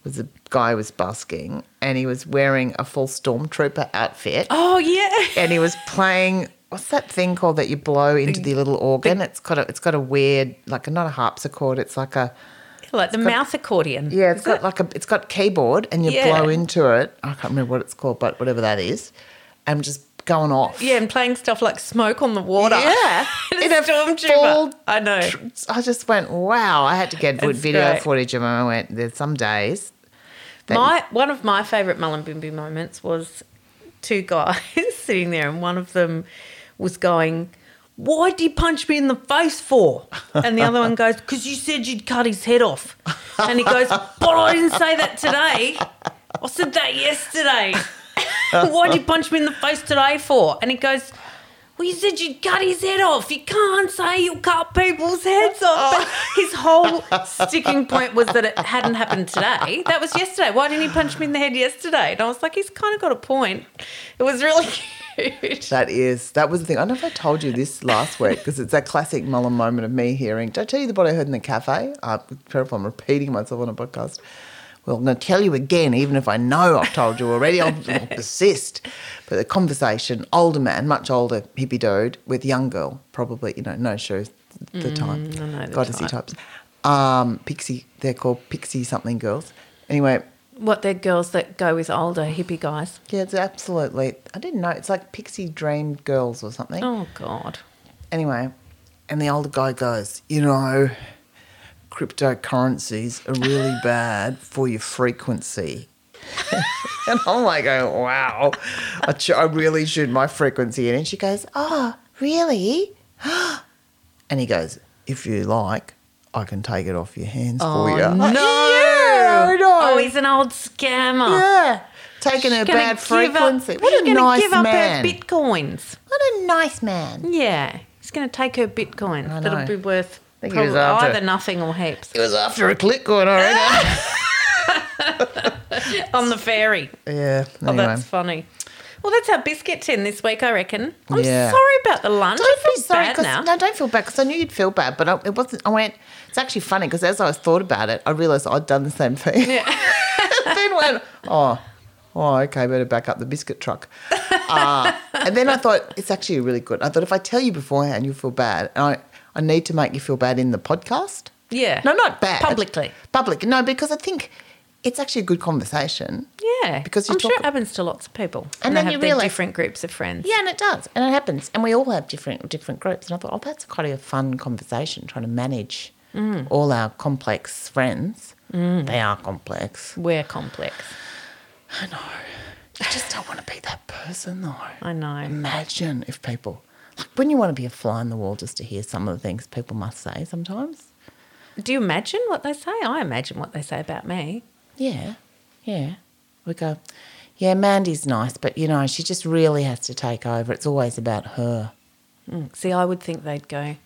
Speaker 1: Was a guy was busking and he was wearing a full stormtrooper outfit
Speaker 2: Oh yeah.
Speaker 1: and he was playing what's that thing called that you blow into the, little organ? it's got a it's got a weird like not a harpsichord. It's like a
Speaker 2: like the mouth accordion.
Speaker 1: yeah. It's got like a it's got keyboard and you
Speaker 2: Yeah.
Speaker 1: blow into it. I can't remember what it's called, but whatever that is, I'm just going off.
Speaker 2: Yeah, and playing stuff like smoke on the water.
Speaker 1: Yeah.
Speaker 2: In a
Speaker 1: In a
Speaker 2: stormtrooper.
Speaker 1: full
Speaker 2: I know.
Speaker 1: I just went, wow. I had to get good
Speaker 2: That's
Speaker 1: video
Speaker 2: great.
Speaker 1: footage of him. I went, there's some days. that-
Speaker 2: My one of my favourite Mullumbimby moments was two guys sitting there, and one of them was going, "Why would you punch me in the face for?" And the other one goes, "Because you said you'd cut his head off." And he goes, "But I didn't say that today. I said that yesterday. Why'd you punch me in the face today for?" And he goes. Well, you said you'd cut his head off. You can't say you cut people's heads off. But his whole sticking point was that it hadn't happened today. That was yesterday. Why didn't he punch me in the head yesterday? And I was like, he's kind of got a point. It was really cute.
Speaker 1: That is, that was the thing. I don't know if I told you this last week because it's that classic Mullen moment of me hearing. Did I tell you what I heard in the cafe? I'm terrible. I'm repeating myself on a podcast. Well, I'm going to tell you again, even if I know I've told you already, I'll, I'll persist. But the conversation, older man, much older hippie dude with young girl, probably, you know, no shoes at the time.
Speaker 2: Mm, I know the
Speaker 1: Goddessy
Speaker 2: type.
Speaker 1: types. Um, pixie, they're called pixie something girls. Anyway,
Speaker 2: What they're girls that go with older hippie guys.
Speaker 1: yeah, it's absolutely, I didn't know. It's like pixie dream girls or something.
Speaker 2: Oh, God.
Speaker 1: Anyway, and the older guy goes, you know, cryptocurrencies are really bad for your frequency. and I'm like, oh, wow, I, ch- I really shoot my frequency in. And she goes, oh, really? and he goes, if you like, I can take it off your hands for you. I'm like, yeah, I know.
Speaker 2: Oh, he's an old scammer.
Speaker 1: yeah. Taking her
Speaker 2: Gonna
Speaker 1: bad
Speaker 2: give up-
Speaker 1: frequency. what
Speaker 2: she's
Speaker 1: a
Speaker 2: gonna
Speaker 1: nice
Speaker 2: give up
Speaker 1: man.
Speaker 2: her bitcoins.
Speaker 1: what a nice man.
Speaker 2: Yeah. He's going to take her bitcoin.
Speaker 1: I
Speaker 2: That'll
Speaker 1: know.
Speaker 2: be worth
Speaker 1: think he
Speaker 2: prob-
Speaker 1: was after-
Speaker 2: either nothing or heaps.
Speaker 1: It was after a click going, I reckon.
Speaker 2: on the ferry.
Speaker 1: Yeah.
Speaker 2: Oh,
Speaker 1: anyway.
Speaker 2: that's funny. Well, that's our biscuit tin this week, I reckon. I'm
Speaker 1: Yeah.
Speaker 2: sorry about the lunch.
Speaker 1: don't
Speaker 2: I
Speaker 1: feel
Speaker 2: feel
Speaker 1: sorry
Speaker 2: bad
Speaker 1: 'cause-
Speaker 2: now.
Speaker 1: no, don't feel bad because I knew you'd feel bad, but I, it wasn't. I went. It's actually funny because as I thought about it, I realised I'd done the same thing. then went, oh, oh, okay, better back up the biscuit truck. Uh, and then I thought it's actually really good. I thought if I tell you beforehand, you'll feel bad, and I, I need to make you feel bad in the podcast.
Speaker 2: Yeah.
Speaker 1: No, not bad.
Speaker 2: Publicly.
Speaker 1: Public. No, because I think it's actually a good conversation.
Speaker 2: Yeah.
Speaker 1: Because you
Speaker 2: I'm sure
Speaker 1: talk-
Speaker 2: it happens to lots of people.
Speaker 1: And
Speaker 2: And they
Speaker 1: then
Speaker 2: have
Speaker 1: you
Speaker 2: their
Speaker 1: realise-
Speaker 2: different groups of friends.
Speaker 1: Yeah, and it does, and it happens, and we all have different different groups. And I thought, oh, that's quite a fun conversation trying to manage
Speaker 2: Mm.
Speaker 1: all our complex friends. They are complex.
Speaker 2: We're complex.
Speaker 1: I know. You just don't want to be that person, though.
Speaker 2: I know.
Speaker 1: Imagine if people, like, wouldn't you want to be a fly on the wall just to hear some of the things people must say sometimes?
Speaker 2: Do you imagine what they say? I imagine what they say about me.
Speaker 1: Yeah, yeah. We go, Yeah, Mandy's nice, but you know, she just really has to take over. It's always about her.
Speaker 2: See, I would think they'd go,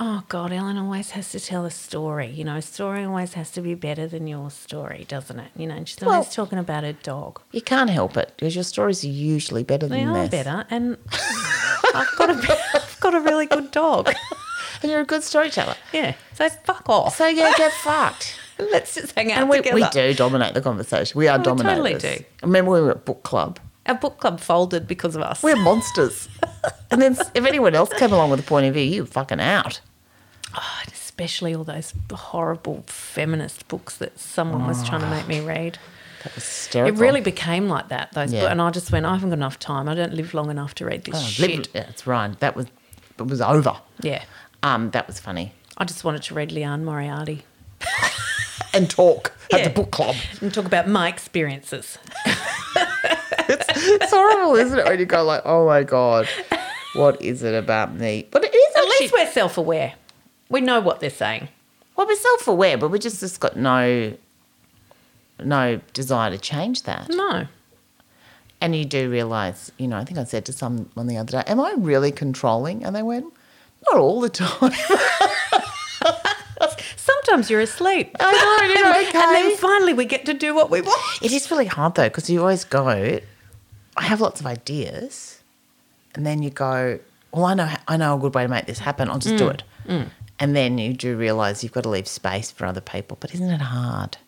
Speaker 2: Oh God, Ellen always has to tell a story. You know, a story always has to be better than your story, doesn't it? You know, and she's always
Speaker 1: Well-
Speaker 2: talking about her dog.
Speaker 1: You can't help it because your stories are usually better
Speaker 2: They
Speaker 1: than
Speaker 2: are
Speaker 1: this.
Speaker 2: better and I've got a I've got a really good dog.
Speaker 1: And you're a good storyteller.
Speaker 2: Yeah. So fuck off.
Speaker 1: So yeah, get fucked.
Speaker 2: Let's just hang out
Speaker 1: And we,
Speaker 2: together. Oh,
Speaker 1: we do dominate the conversation. We are
Speaker 2: we
Speaker 1: dominators.
Speaker 2: totally do.
Speaker 1: Remember when we were at book club?
Speaker 2: Our book club folded because of us.
Speaker 1: We're monsters. and then s- if anyone else came along with a point of view, you were fucking out.
Speaker 2: Oh, and especially all those horrible feminist books that someone was trying to make me read.
Speaker 1: That was
Speaker 2: It
Speaker 1: hysterical.
Speaker 2: really became like that. Those,
Speaker 1: Yeah.
Speaker 2: books. and I just went, I haven't got enough time. I don't live long enough to read this
Speaker 1: Oh,
Speaker 2: shit.
Speaker 1: lib- That's right. That was it was over.
Speaker 2: Yeah,
Speaker 1: Um, that was funny.
Speaker 2: I just wanted to read Leanne Moriarty
Speaker 1: And talk at
Speaker 2: Yeah.
Speaker 1: the book club.
Speaker 2: and talk about my experiences.
Speaker 1: It's horrible, isn't it? When you go like, oh my god, what is it about me? But it is
Speaker 2: At
Speaker 1: actually.
Speaker 2: least we're self-aware. We know what they're saying.
Speaker 1: well, we're self-aware, but we just just got no, no desire to change that.
Speaker 2: No,
Speaker 1: And you do realise, you know, I think I said to someone the other day, am I really controlling? And they went, not all the time.
Speaker 2: sometimes you're asleep.
Speaker 1: I know, and you're okay.
Speaker 2: And then finally, we get to do what we want.
Speaker 1: It is really hard though because you always go. I have lots of ideas, and then you go. Well, I know I know a good way to make this happen. I'll just do it. And then you do realize you've got to leave space for other people. But isn't it hard?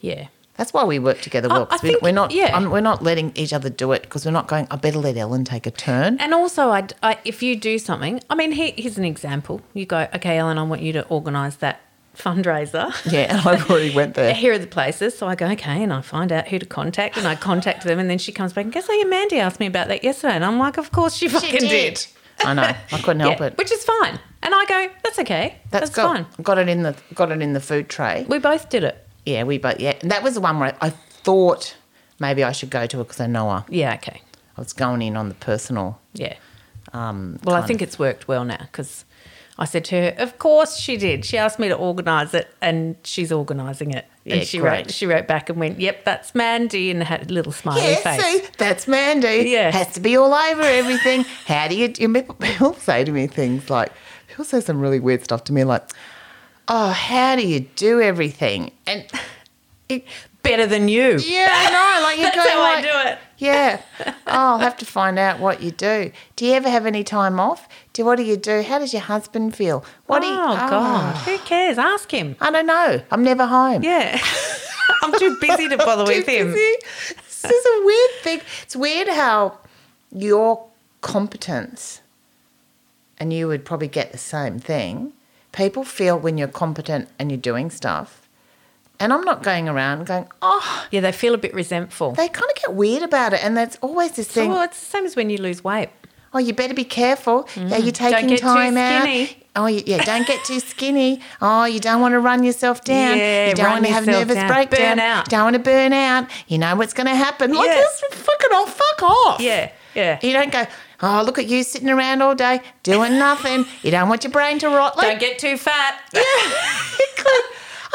Speaker 2: Yeah,
Speaker 1: That's why we work together well.
Speaker 2: I
Speaker 1: 'cause
Speaker 2: think-
Speaker 1: we, are not.
Speaker 2: yeah.
Speaker 1: um, we're not letting each other do it because we're not going. I better let Ellen take a turn.
Speaker 2: And also, I, I- if you do something, I mean, here, here's an example. You go, okay, Ellen, I want you to organise that fundraiser.
Speaker 1: yeah, and I've already went there.
Speaker 2: Here are the places. So I go, okay, and I find out who to contact, and I contact them, and then she comes back and goes, oh, yeah, Mandy asked me about that yesterday. And I'm like, of course she fucking did.
Speaker 1: I know. I couldn't help
Speaker 2: Yeah,
Speaker 1: it.
Speaker 2: Which is fine. And I go, that's okay. That's,
Speaker 1: got,
Speaker 2: fine.
Speaker 1: Got it in the got it in the food tray.
Speaker 2: We both did it.
Speaker 1: Yeah, we both. Yeah, and that was the one where I, I thought maybe I should go to it because I know her.
Speaker 2: Yeah, okay.
Speaker 1: I was going in on the personal.
Speaker 2: Yeah.
Speaker 1: Um,
Speaker 2: Well, I
Speaker 1: kind
Speaker 2: think it's worked well now because I said to her, "Of course she did. She asked me to organise it, and she's organising it."
Speaker 1: Yeah,
Speaker 2: and she
Speaker 1: great.
Speaker 2: wrote, she wrote back and went, "Yep, that's Mandy," and had a little smiley
Speaker 1: of- yeah,
Speaker 2: face.
Speaker 1: see, that's Mandy.
Speaker 2: Yeah.
Speaker 1: has to be all over everything. How do you? do- People say to me things like, people say some really weird stuff to me, like, "Oh, how do you do everything?" And it,
Speaker 2: Better than you.
Speaker 1: yeah, I know. Like you
Speaker 2: That's
Speaker 1: go
Speaker 2: how I
Speaker 1: like,
Speaker 2: do it.
Speaker 1: Yeah. Oh, I'll have to find out what you do. Do you ever have any time off? Do what do you do? How does your husband feel? What do you,
Speaker 2: oh God,
Speaker 1: Ah.
Speaker 2: who cares? Ask him.
Speaker 1: I don't know. I'm never home.
Speaker 2: Yeah, I'm too busy to bother with
Speaker 1: Too
Speaker 2: him.
Speaker 1: busy. This is a weird thing. It's weird how your competence, and you would probably get the same thing. People feel when you're competent and you're doing stuff, and I'm not going around going, oh,
Speaker 2: Yeah, they feel a bit resentful.
Speaker 1: they kind of get weird about it. And that's always this
Speaker 2: So,
Speaker 1: thing,
Speaker 2: well, it's the same as when you lose weight.
Speaker 1: oh, you better be careful. Are you taking
Speaker 2: Mm. get too
Speaker 1: time out?
Speaker 2: skinny.
Speaker 1: Oh, you- yeah, don't get too skinny. Oh, you don't want to run yourself down.
Speaker 2: Yeah,
Speaker 1: you don't
Speaker 2: run
Speaker 1: want to have
Speaker 2: yourself
Speaker 1: nervous
Speaker 2: down.
Speaker 1: breakdown.
Speaker 2: Burn out.
Speaker 1: Don't want to burn out. You know what's going to happen. Like,
Speaker 2: Yeah.
Speaker 1: this fucking off, fuck off.
Speaker 2: Yeah, yeah.
Speaker 1: You don't go, oh, look at you sitting around all day doing nothing. you don't want your brain to rot.
Speaker 2: Don't
Speaker 1: Like,
Speaker 2: get too fat.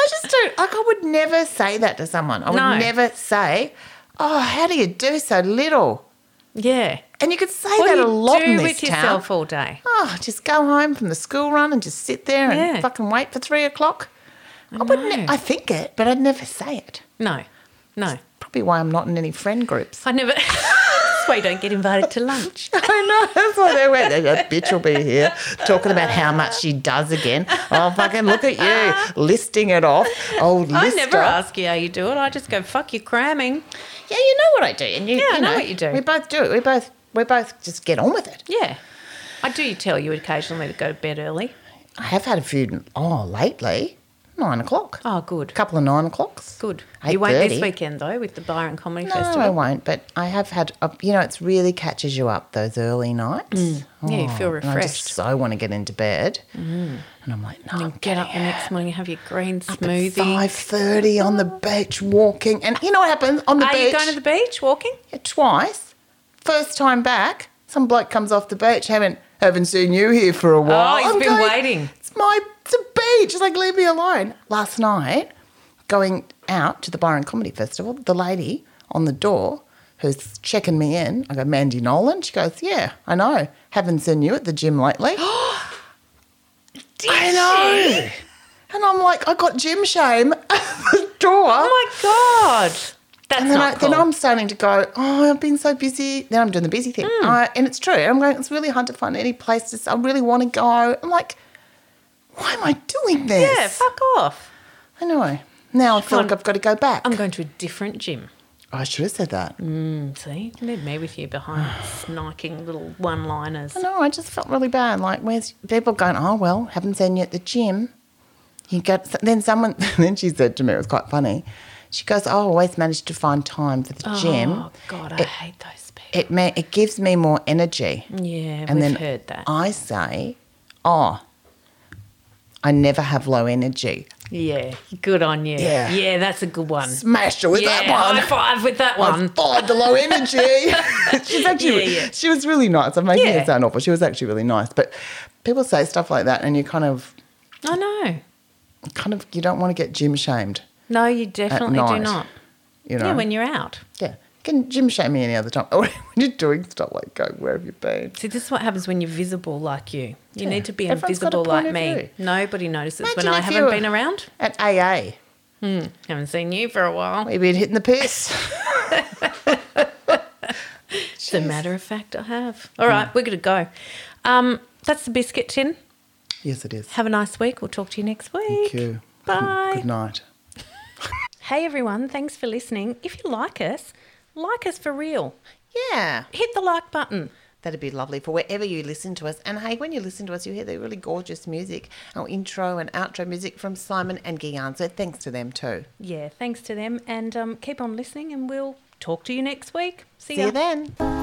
Speaker 1: I just don't, like, I would never say that to someone. I would
Speaker 2: No.
Speaker 1: never say, oh, how do you do so little?
Speaker 2: Yeah.
Speaker 1: And you could say
Speaker 2: What
Speaker 1: that
Speaker 2: do you
Speaker 1: a lot
Speaker 2: do
Speaker 1: in this
Speaker 2: with
Speaker 1: town.
Speaker 2: yourself all day?
Speaker 1: Oh, just go home from the school run and just sit there and
Speaker 2: Yeah.
Speaker 1: fucking wait for three o'clock. I, wouldn't. e-
Speaker 2: know.
Speaker 1: I think it, but I'd never say it.
Speaker 2: No, no.
Speaker 1: Probably why I'm not in any friend groups.
Speaker 2: I never. That's why you don't get invited to lunch.
Speaker 1: I know. That's why they went. That bitch will be here talking about how much she does again. Oh, fucking look at you listing it off. Old
Speaker 2: I
Speaker 1: lister.
Speaker 2: never ask you how you do it. I just go, fuck, you're cramming.
Speaker 1: Yeah, you know what I do, and you.
Speaker 2: I
Speaker 1: you
Speaker 2: know what you do.
Speaker 1: We both do it. We both. We both just get on with it.
Speaker 2: Yeah. I do tell you occasionally to go to bed early.
Speaker 1: I have had a few. Oh, lately, nine o'clock.
Speaker 2: Oh, good.
Speaker 1: A couple of nine o'clocks.
Speaker 2: Good. You won't this
Speaker 1: 8:30.
Speaker 2: weekend, though, with the Byron Comedy
Speaker 1: No, I
Speaker 2: Festival.
Speaker 1: won't. But I have had, a, you know, it's really catches you up those early nights.
Speaker 2: Mm.
Speaker 1: Oh,
Speaker 2: Yeah, you feel
Speaker 1: and I just
Speaker 2: refreshed. Mm.
Speaker 1: so want to get into bed, and I'm like, no, I'm
Speaker 2: Get
Speaker 1: getting
Speaker 2: up the next morning, have your green smoothie.
Speaker 1: Five thirty on the beach, walking, and you know what happens on the
Speaker 2: Are
Speaker 1: beach?
Speaker 2: you going to the beach walking?
Speaker 1: Yeah, twice. First time back, some bloke comes off the beach. Haven't haven't seen you here for a while.
Speaker 2: Oh, he's
Speaker 1: I'm
Speaker 2: been waiting.
Speaker 1: It's my it's a beach. It's like leave me alone. Last night, going out to the Byron Comedy Festival, the lady on the door who's checking me in. I go, Mandy Nolan. She goes, Yeah, I know. Haven't seen you at the gym lately.
Speaker 2: Did
Speaker 1: I know.
Speaker 2: she?
Speaker 1: And I'm like, I got gym shame at the door.
Speaker 2: Oh my god. That's
Speaker 1: and then,
Speaker 2: not
Speaker 1: I,
Speaker 2: cool.
Speaker 1: then I'm starting to go, oh, I've been so busy. Then I'm doing the busy thing.
Speaker 2: Hmm.
Speaker 1: I- and it's true. I'm going, it's really hard to find any places. I really want to go. I'm like, why am I doing this?
Speaker 2: Yeah, fuck off.
Speaker 1: I know. Now I feel
Speaker 2: Come
Speaker 1: like I've got to go back.
Speaker 2: I'm Mm. going to a different gym.
Speaker 1: I should have said that.
Speaker 2: See, you need me with you behind sniking little one-liners.
Speaker 1: I know. I just felt really bad. Like, where's people going? Oh well, haven't seen you at the gym. You get then someone. Then she said to me, it was quite funny. She goes, "Oh, I always manage to find time for the gym.
Speaker 2: Oh god, I hate those people.
Speaker 1: It ma- it gives me more energy."
Speaker 2: Yeah,
Speaker 1: and
Speaker 2: we've
Speaker 1: then
Speaker 2: heard that.
Speaker 1: I say, "Oh, I never have low energy.
Speaker 2: yeah, good on you.
Speaker 1: Yeah.
Speaker 2: that's a good one.
Speaker 1: Smash her with
Speaker 2: yeah,
Speaker 1: that one."
Speaker 2: high five with that
Speaker 1: I
Speaker 2: one.
Speaker 1: fired the low energy. She's actually,
Speaker 2: Yeah, yeah.
Speaker 1: she was really nice. I'm making
Speaker 2: Yeah.
Speaker 1: it sound awful. She was actually really nice, but people say stuff like that, and you kind of,
Speaker 2: I know.
Speaker 1: kind of, you don't want to get gym shamed.
Speaker 2: No, you definitely do
Speaker 1: night,
Speaker 2: not.
Speaker 1: You know,
Speaker 2: Yeah, when you're out.
Speaker 1: yeah. You can gym shame me any other time. Or when you're doing stuff like, go, where have you been?
Speaker 2: See, this is what happens when you're visible like you. You
Speaker 1: Yeah.
Speaker 2: need to be
Speaker 1: Everyone's got a
Speaker 2: invisible
Speaker 1: point
Speaker 2: like
Speaker 1: of
Speaker 2: me.
Speaker 1: view.
Speaker 2: Nobody notices when
Speaker 1: Imagine
Speaker 2: I
Speaker 1: if
Speaker 2: haven't
Speaker 1: you-
Speaker 2: been around.
Speaker 1: At AA,
Speaker 2: Haven't seen you for a while.
Speaker 1: we've been hitting the piss.
Speaker 2: As a matter of fact, I have.
Speaker 1: Hmm.
Speaker 2: All right, we're going to go. Um, that's the biscuit tin.
Speaker 1: yes, it is.
Speaker 2: Have a nice week. We'll talk to you next week.
Speaker 1: Thank you.
Speaker 2: Bye.
Speaker 1: Good night.
Speaker 2: Hey everyone, thanks for listening. If you like us, like us for real.
Speaker 1: Yeah.
Speaker 2: Hit the like button.
Speaker 1: That'd be lovely for wherever you listen to us. And hey, when you listen to us, you hear the really gorgeous music, our intro and outro music from Simon and Guillain. So thanks to them too.
Speaker 2: Yeah, thanks to them and um, keep on listening and we'll talk to you next week. See,
Speaker 1: See
Speaker 2: ya.
Speaker 1: you then.